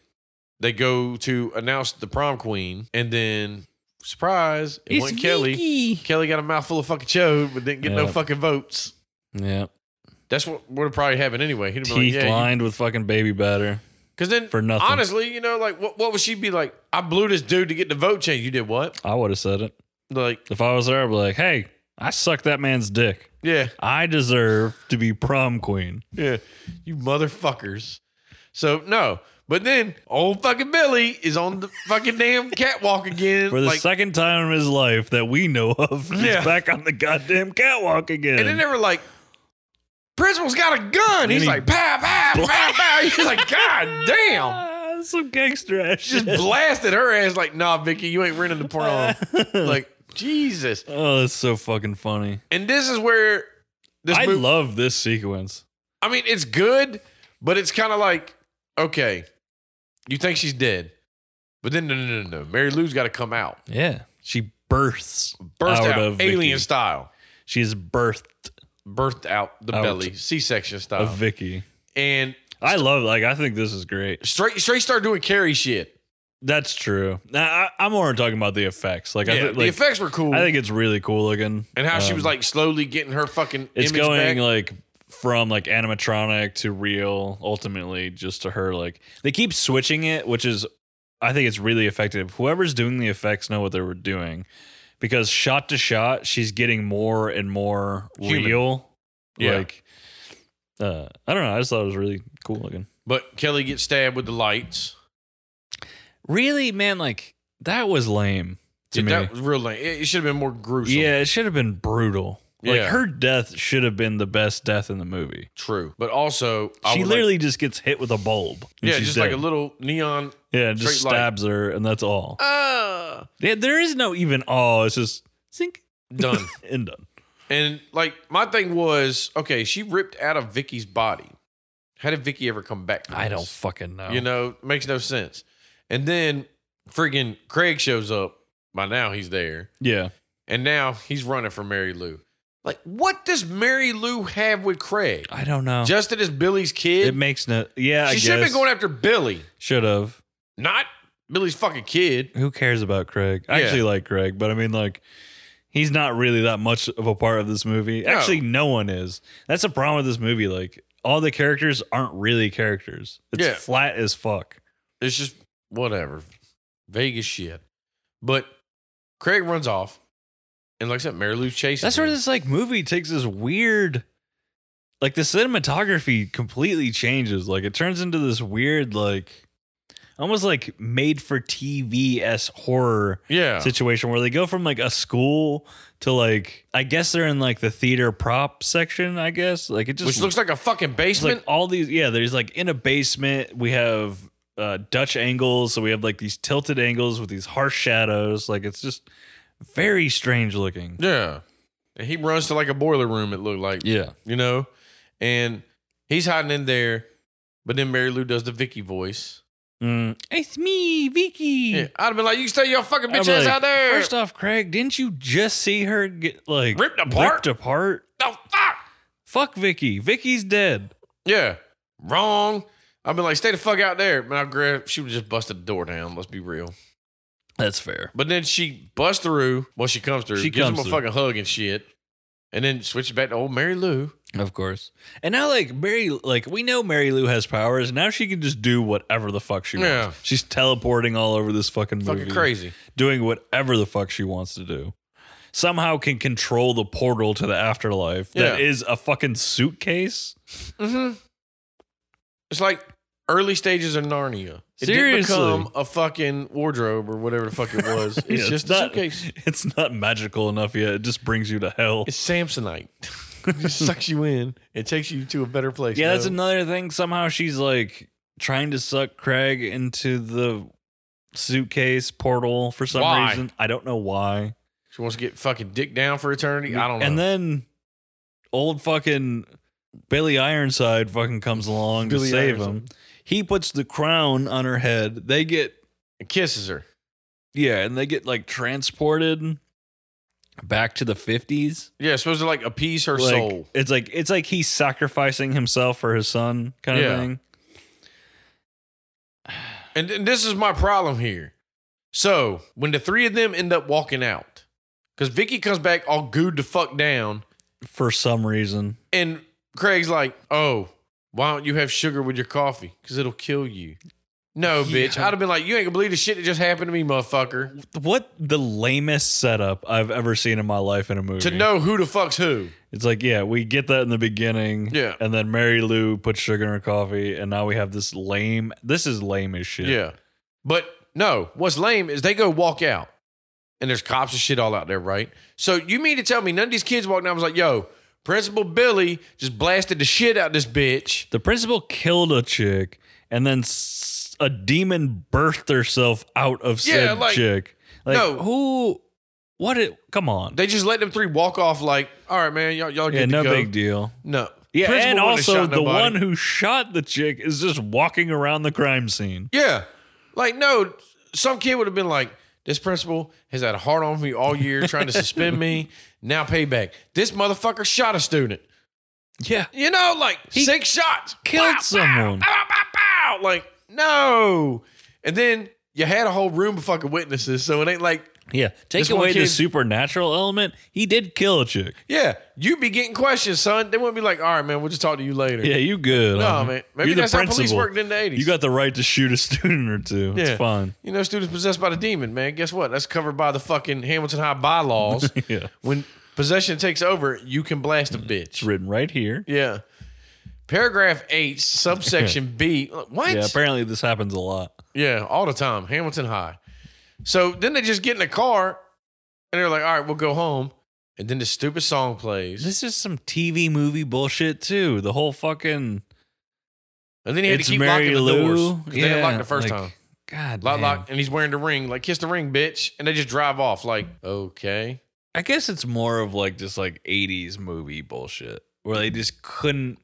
they go to announce the prom queen, and then surprise, it wasn't Kelly. Kelly got a mouthful of fucking chode, but didn't get no Yeah. fucking votes. Yeah. That's what would probably happen anyway. He'd be like, Teeth yeah, you lined with fucking baby batter. Because then, For nothing. honestly, you know, like, what, what would she be like? I blew this dude to get the vote change. You did what? I would have said it. Like, If I was there, I'd be like, hey, I sucked that man's dick. yeah, I deserve to be prom queen. yeah, you motherfuckers. So, no. But then, old fucking Billy is on the fucking damn catwalk again. For the like, second time in his life that we know of, he's Yeah. back on the goddamn catwalk again. and then they were like, Principal's got a gun. And He's he- like, pow, pow, pow, pow. He's like, God damn. Ah, that's some gangster ass Just shit. blasted her ass like, nah, Vicky, you ain't renting the prom. like, Jesus. oh, that's so fucking funny. And this is where this I movie- love this sequence. I mean, it's good, but it's kind of like, okay, you think she's dead, but then no, no, no, no. Mary Lou's got to come out, Yeah. She births burst out, Out of alien Vicky. style, She is birthed birthed out the Out. belly, C-section style, of Vicky. and Oh. I love like I think this is great. straight, straight start doing Carrie shit. That's true. Now I, I'm more talking about the effects. Like I Yeah, think the like, effects were cool, I think it's really cool looking. and how she Um, was like slowly getting her fucking it's image going back. like from like animatronic to real ultimately just to her like they keep switching it which is i think it's really effective whoever's doing the effects know what they were doing because shot to shot she's getting more and more Human. real Yeah. like uh i don't know i just thought it was really cool looking but Kelly gets stabbed with the lights. really man like that was lame to Dude, me that was real lame. It, should have been more gruesome. yeah it should have been brutal like Yeah. her death should have been the best death in the movie true. But also, I she would like- literally just gets hit with a bulb. and yeah, she's just dead. like a little neon. Yeah, it just Straight light. stabs her, and that's all. Ah, Yeah, there is no even all. It's just sink done. and done. And like my thing was, okay, she ripped out of Vicky's body. How did Vicky ever come back? from I don't this? fucking know. You know, makes no sense. And then friggin' Craig shows up. By now he's there. Yeah. And now he's running for Mary Lou. Like, what does Mary Lou have with Craig? I don't know. Just that it's Billy's kid. Uh-huh. it makes no. Yeah, I she should have been guess. going after Billy, Should have. not Billy's fucking kid. Who cares about Craig? I Yeah. actually like Craig, but I mean, like, he's not really that much of a part of this movie. No. Actually, no one is. That's the problem with this movie. Like, all the characters aren't really characters. It's Yeah. flat as fuck. It's just whatever. Vegas shit. But Craig runs off. And like I said, Mary Lou's chasing. That's where him. this like movie takes this weird, like the cinematography completely changes. Like it turns into this weird, like almost like made for TV s horror Yeah. situation where they go from like a school to like I guess they're in like the theater prop section. I guess like it just Which looks like a fucking it's basement. like all these yeah. There's like in a basement we have. Uh, Dutch angles, so we have like these tilted angles with these harsh shadows. Like it's just very strange looking. yeah. And he runs to like a boiler room, it looked like. Yeah, you know? And he's hiding in there, but then Mary Lou does the Vicky voice. It's me, Vicky. Yeah, I'd have been like, you stay your fucking bitch ass out there. First off, Craig, didn't you just see her get like Ripped apart? ripped apart? the fuck? Fuck Vicky. Vicky's dead. Yeah, wrong. I've been like, stay the fuck out there. Man, I grabbed, she would just busted the door down, let's be real. That's fair. But then she busts through, well, she comes through, She gives comes him a through. fucking hug and shit, and then switches back to old Mary Lou. Of course. And now like Mary like we know Mary Lou has powers. Now she can just do whatever the fuck she Yeah. wants. She's teleporting all over this fucking movie. Fucking crazy. Doing whatever the fuck she wants to do. Somehow can control the portal to the afterlife that Yeah. is a fucking suitcase. Mm-hmm. It's like early stages of Narnia. It didn't Seriously. become a fucking wardrobe or whatever the fuck it was. It's Yeah, just a not, suitcase. It's not magical enough yet. It just brings you to hell. It's Samsonite. it just sucks you in. It takes you to a better place. Yeah, that's No. another thing. Somehow she's like trying to suck Craig into the suitcase portal for some Why? reason. I don't know why. She wants to get fucking dick down for eternity. I don't know. And then old fucking Billy Ironside fucking comes along Billy to save Ironside. him. He puts the crown on her head. They get And kisses her. yeah, and they get like transported back to the 50s. Yeah, it's supposed to like appease her like, soul. It's like it's like he's sacrificing himself for his son, kind of Yeah. thing. And, and this is my problem here. So when the three of them end up walking out, because Vicky comes back all gooed the fuck down, For some reason, and Craig's like, "Oh, why don't you have sugar with your coffee? Because it'll kill you." No, bitch. Yeah. I'd have been like, "You ain't gonna believe the shit that just happened to me, motherfucker." what the lamest setup I've ever seen in my life in a movie. To know who the fuck's who. it's like yeah, we get that in the beginning, Yeah. and then Mary Lou puts sugar in her coffee, and now we have this lame. This is lame as shit. Yeah. But no, what's lame is they go walk out and there's cops and shit all out there, right? So you mean to tell me none of these kids walking out was like, yo, Principal Billy just blasted the shit out this bitch. the principal killed a chick, and then s- a demon birthed herself out of said Yeah, like- chick. Like No. who? What? It, come on. They just let them three walk off like, all right, man, y'all, y'all yeah, get no to go. big deal. No. Yeah, Principal and wouldn't have also shot the nobody. one who shot the chick is just walking around the crime scene. Yeah. Like, no, some kid would have been like, this principal has had a hard on me all year trying to suspend me. Now payback. This motherfucker shot a student. Yeah, You know, like six shots. killed Pow, pow, someone. Bow, bow, bow, bow. Like, no. And then you had a whole room of fucking witnesses. So it ain't like, yeah. Take This one away the kid- supernatural element. He did kill a chick. yeah, you be getting questions, son. They wouldn't be like, all right, man, we'll just talk to you later. Yeah, you good. No, homie. man. Maybe You're the that's how police principal. worked in the 80s. You got the right to shoot a student or two. Yeah. It's fine. You know, students possessed by the demon, man. Guess what? That's covered by the fucking Hamilton High bylaws. Yeah, When possession takes over, you can blast a bitch. it's written right here. Yeah. Paragraph 8, subsection B. What? Yeah, apparently this happens a lot. Yeah, all the time. Hamilton High. So then they just get in the car and they're like, all right, we'll go home. And then the stupid song plays. This is some TV movie bullshit too. The whole fucking and then he had to it's keep Mary locking the doors. Lou. 'cause They had locked the first like, time. God, Lock, damn. lock, and he's wearing the ring. Like, kiss the ring, bitch. And they just drive off. Like, okay. I guess it's more of like just like 80s movie bullshit where they just couldn't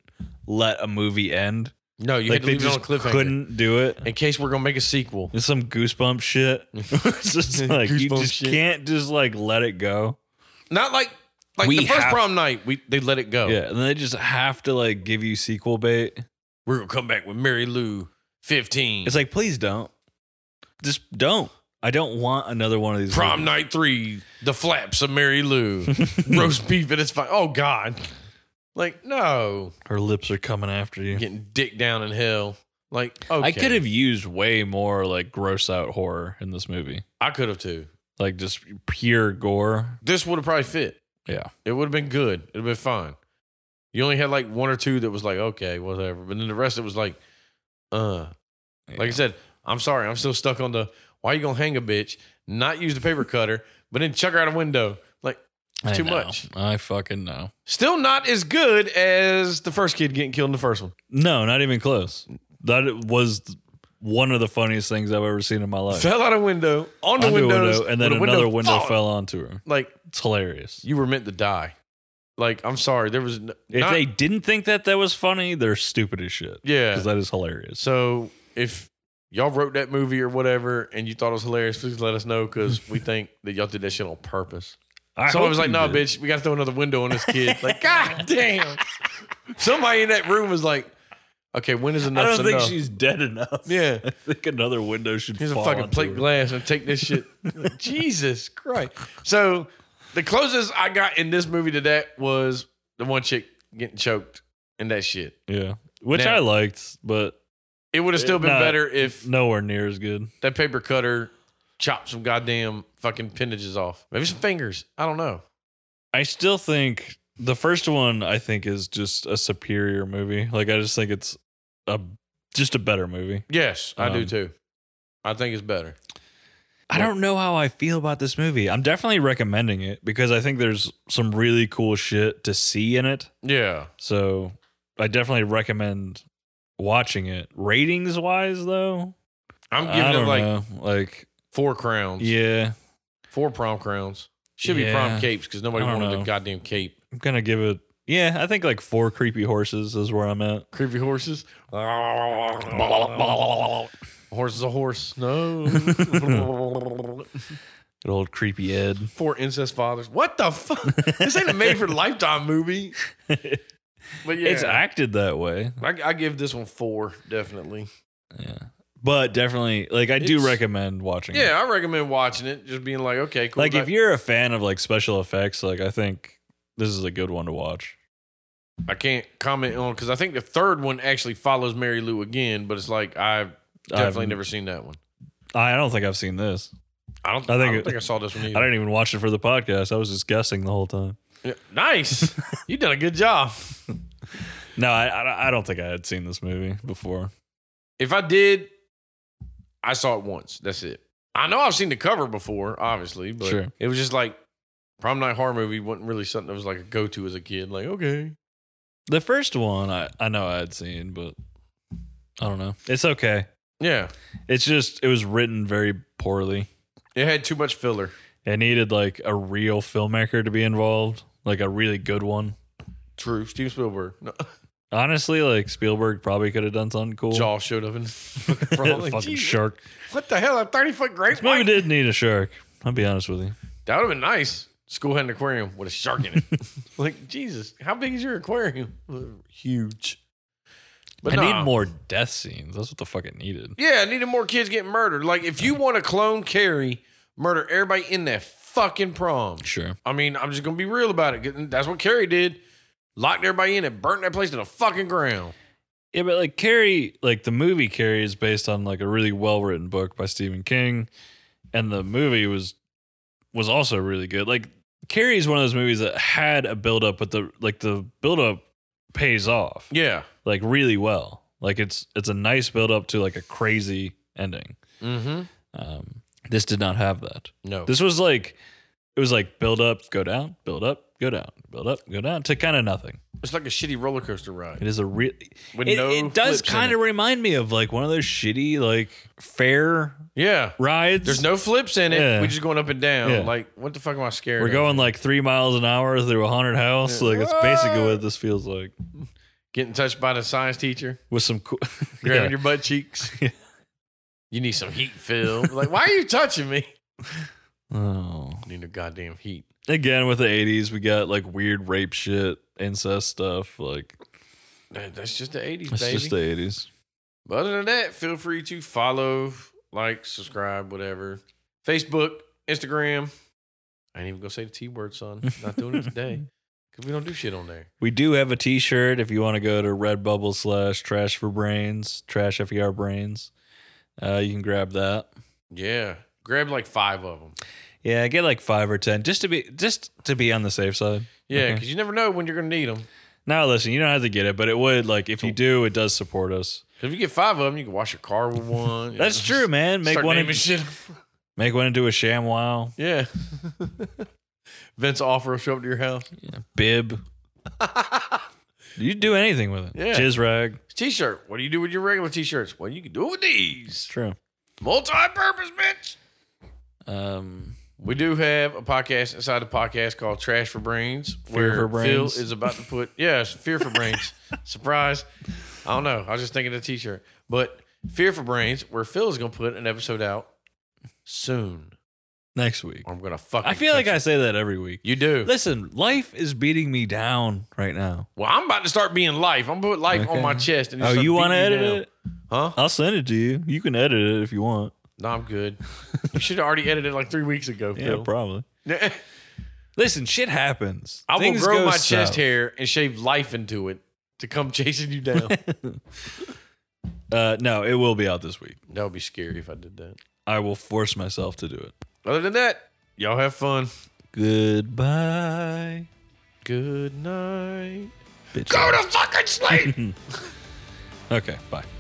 let a movie end. No, you like had to they leave it on just a cliffhanger couldn't do it. in case we're gonna make a sequel. It's some goosebump shit. it's just like you Goosebump just shit. can't just like let it go. Not like like We the first have- prom night. We they let it go. Yeah, and they just have to like give you sequel bait. We're gonna come back with Mary Lou fifteen. It's like please don't, just don't. I don't want another one of these. prom movies. night three. The flaps of Mary Lou. Roast beef and it's fine. Oh God. Like no, Her lips are coming after you. getting dick down in hell. Like okay, I could have used way more like gross out horror in this movie, I could have too. like just pure gore. This would have probably fit. Yeah, It would have been good. It'd have been fine. You only had like one or two that was like, okay, whatever. But then the rest it was like, uh. Like I said, I'm sorry, I'm still stuck on the why you gonna hang a bitch, not use the paper cutter, but then chuck her out a window. Like I too know. much. I fucking know. still not as good as the first kid getting killed in the first one. No, not even close. That was one of the funniest things I've ever seen in my life. Fell out a window, on Onto the a windows, window, and then with a another window falling. fell onto her. Like It's hilarious. you were meant to die. Like I'm sorry, there was n- If not- they didn't think that that was funny, they're stupid as shit. yeah. Because that is hilarious. So if y'all wrote that movie or whatever and you thought it was hilarious, please let us know because we think that y'all did that shit on purpose. I Someone hope was like, you "No, did. bitch, we got to throw another window on this kid." Like, god damn! Somebody in that room was like, "Okay, when is I enough?" don't think enough? she's dead enough. Yeah. I think another window should Here's a fall fucking onto plate her. glass and take this shit. Jesus Christ! So the closest I got in this movie to that was the one chick getting choked and that shit. Yeah. Which Now- I liked, but It would have still been Nah. better if nowhere near as good. that paper cutter chopped some goddamn fucking appendages off. Maybe some fingers. I don't know. I still think the first one I think is just a superior movie. Like I just think it's a just a better movie. Yes, I do Um, too. I think it's better. I don't know how I feel about this movie. I'm definitely recommending it because I think there's some really cool shit to see in it. Yeah. So I definitely recommend watching it. Ratings wise though, I'm I giving don't it like know. like four crowns. yeah, Four prom crowns. Should be Yeah. prom capes because nobody I don't wanted the know. goddamn cape. I'm gonna give it. Yeah, I think like four creepy horses is where I'm at. Creepy horses. horse is a horse. No. Good old creepy Ed. Four incest fathers. What the fuck? This ain't a made for lifetime movie. But yeah, It's acted that way. I, I give this one four definitely. Yeah. But definitely, like, I do It's- recommend watching. it. Yeah, I recommend watching it. Just being like, okay, cool. Like, if I- you're a fan of like special effects, like, I think this is a good one to watch. I can't comment on because I think the third one actually follows Mary Lou again, but it's like I've definitely I've- never seen that one. I don't think I've seen this. I don't. I I think I, think don't it- think I saw this one I either. didn't even watch it for the podcast. I was just guessing the whole time. Yeah, nice, you done a good job. No, I, I, I don't think I had seen this movie before. If I did, I saw it once. That's it. I know I've seen the cover before, obviously, but Sure. it was just like prom night horror movie wasn't really something that was like a go to as a kid. Like okay, The first one, I, I know I had seen, but I don't know. It's okay. yeah, It's just, it was written very poorly. it had too much filler. It needed like a real filmmaker to be involved, like a really good one. True, Steven Spielberg. No, Honestly, like Spielberg probably could have done something cool. Jaw showed up in prom. Like, fucking Jesus, shark. What the hell? A thirty foot great This movie did need a shark. I'll be honest with you. That would have been nice. School had an aquarium with a shark in it. like Jesus, how big is your aquarium? Huge. But I nah. need more death scenes. That's what the fuck it needed. Yeah, I needed more kids getting murdered. Like if you want to clone Carrie, murder everybody in that fucking prom. Sure. I mean, I'm just gonna be real about it. 'cause That's what Carrie did. Locked everybody in and burnt that place to the fucking ground. Yeah, but like Carrie, like the movie Carrie is based on like a really well written book by Stephen King, and the movie was was also really good. Like Carrie is one of those movies that had a build up, but the like the build up pays off Yeah. like really well. Like it's it's a nice build up to like a crazy ending. Mm-hmm. Um, this did not have that. No. This was like it was like build up, go down, build up, go down, build up, go down to kind of nothing. it's like a shitty roller coaster It ride. is a real. With it, no it does flips in kind it. of remind me of like one of those shitty like fair Yeah. rides. There's no flips in it. Yeah. We're just going up and down. Yeah. Like, what the fuck am I scared We're of? going like three miles an hour through a haunted house. Like that's basically what this feels like. Getting touched by the science teacher, with some cool. grabbing yeah. your butt cheeks. Yeah. You need some heat, Phil. like, why are you touching me? Oh. I need a goddamn heat. Again, with the 80s, we got like weird rape shit, incest stuff. Like, That- That's just the 80s, it's baby. just the 80s. But other than that, feel free to follow, like, subscribe, whatever. Facebook, Instagram. I ain't even gonna say the T word, son. Not doing it today. Cause we don't do shit on there. We do have a t shirt if you want to go to redbubble slash trash for brains, trash FER brains. Uh, you can grab that. Yeah. Grab like five of them. Yeah, get like five or 10 just to be just to be on the safe side. Yeah, Okay. because you never know when you're gonna need them. Now, listen, you don't have to get it, but it would like Oh. if you do, it does support us. If you get five of them, you can wash your car with one. you That's know, true, man. Make Start one naming and, shit. make one into a sham wow Yeah. Vince offer will show up to your house. bib. you do anything with it. Yeah. Jizz rag. T-shirt. What do you do with your regular t-shirts? Well, you can do it with It's these. true. Multi-purpose, bitch. Um, We do have a podcast inside the podcast called Trash for Brains, Fear for Brains. Phil is about to put yes, Fear for Brains. Surprise! I don't know. I was just thinking of a T-shirt, but Fear for Brains, where Phil is going to put an episode out soon. next week. Or I'm going to fucking. I feel like cut I say that every week. you. You do. Listen, life is beating me down right now. well, I'm about to start being life. I'm gonna put life Okay. on my chest. And Oh, you want want to edit it? Huh? I'll send it to you. You can edit it if you want. No, I'm good. you should have already edited it like three weeks ago, Yeah, Phil. probably. Listen, shit happens. I will Things grow go my south. chest hair and shave life into it to come chasing you down. Uh, no, it will be out this week. that would be scary if I did that. I will force myself to do it. Other than that, y'all have fun. Goodbye. Good night. Bitch. Go to fucking sleep. Okay, bye.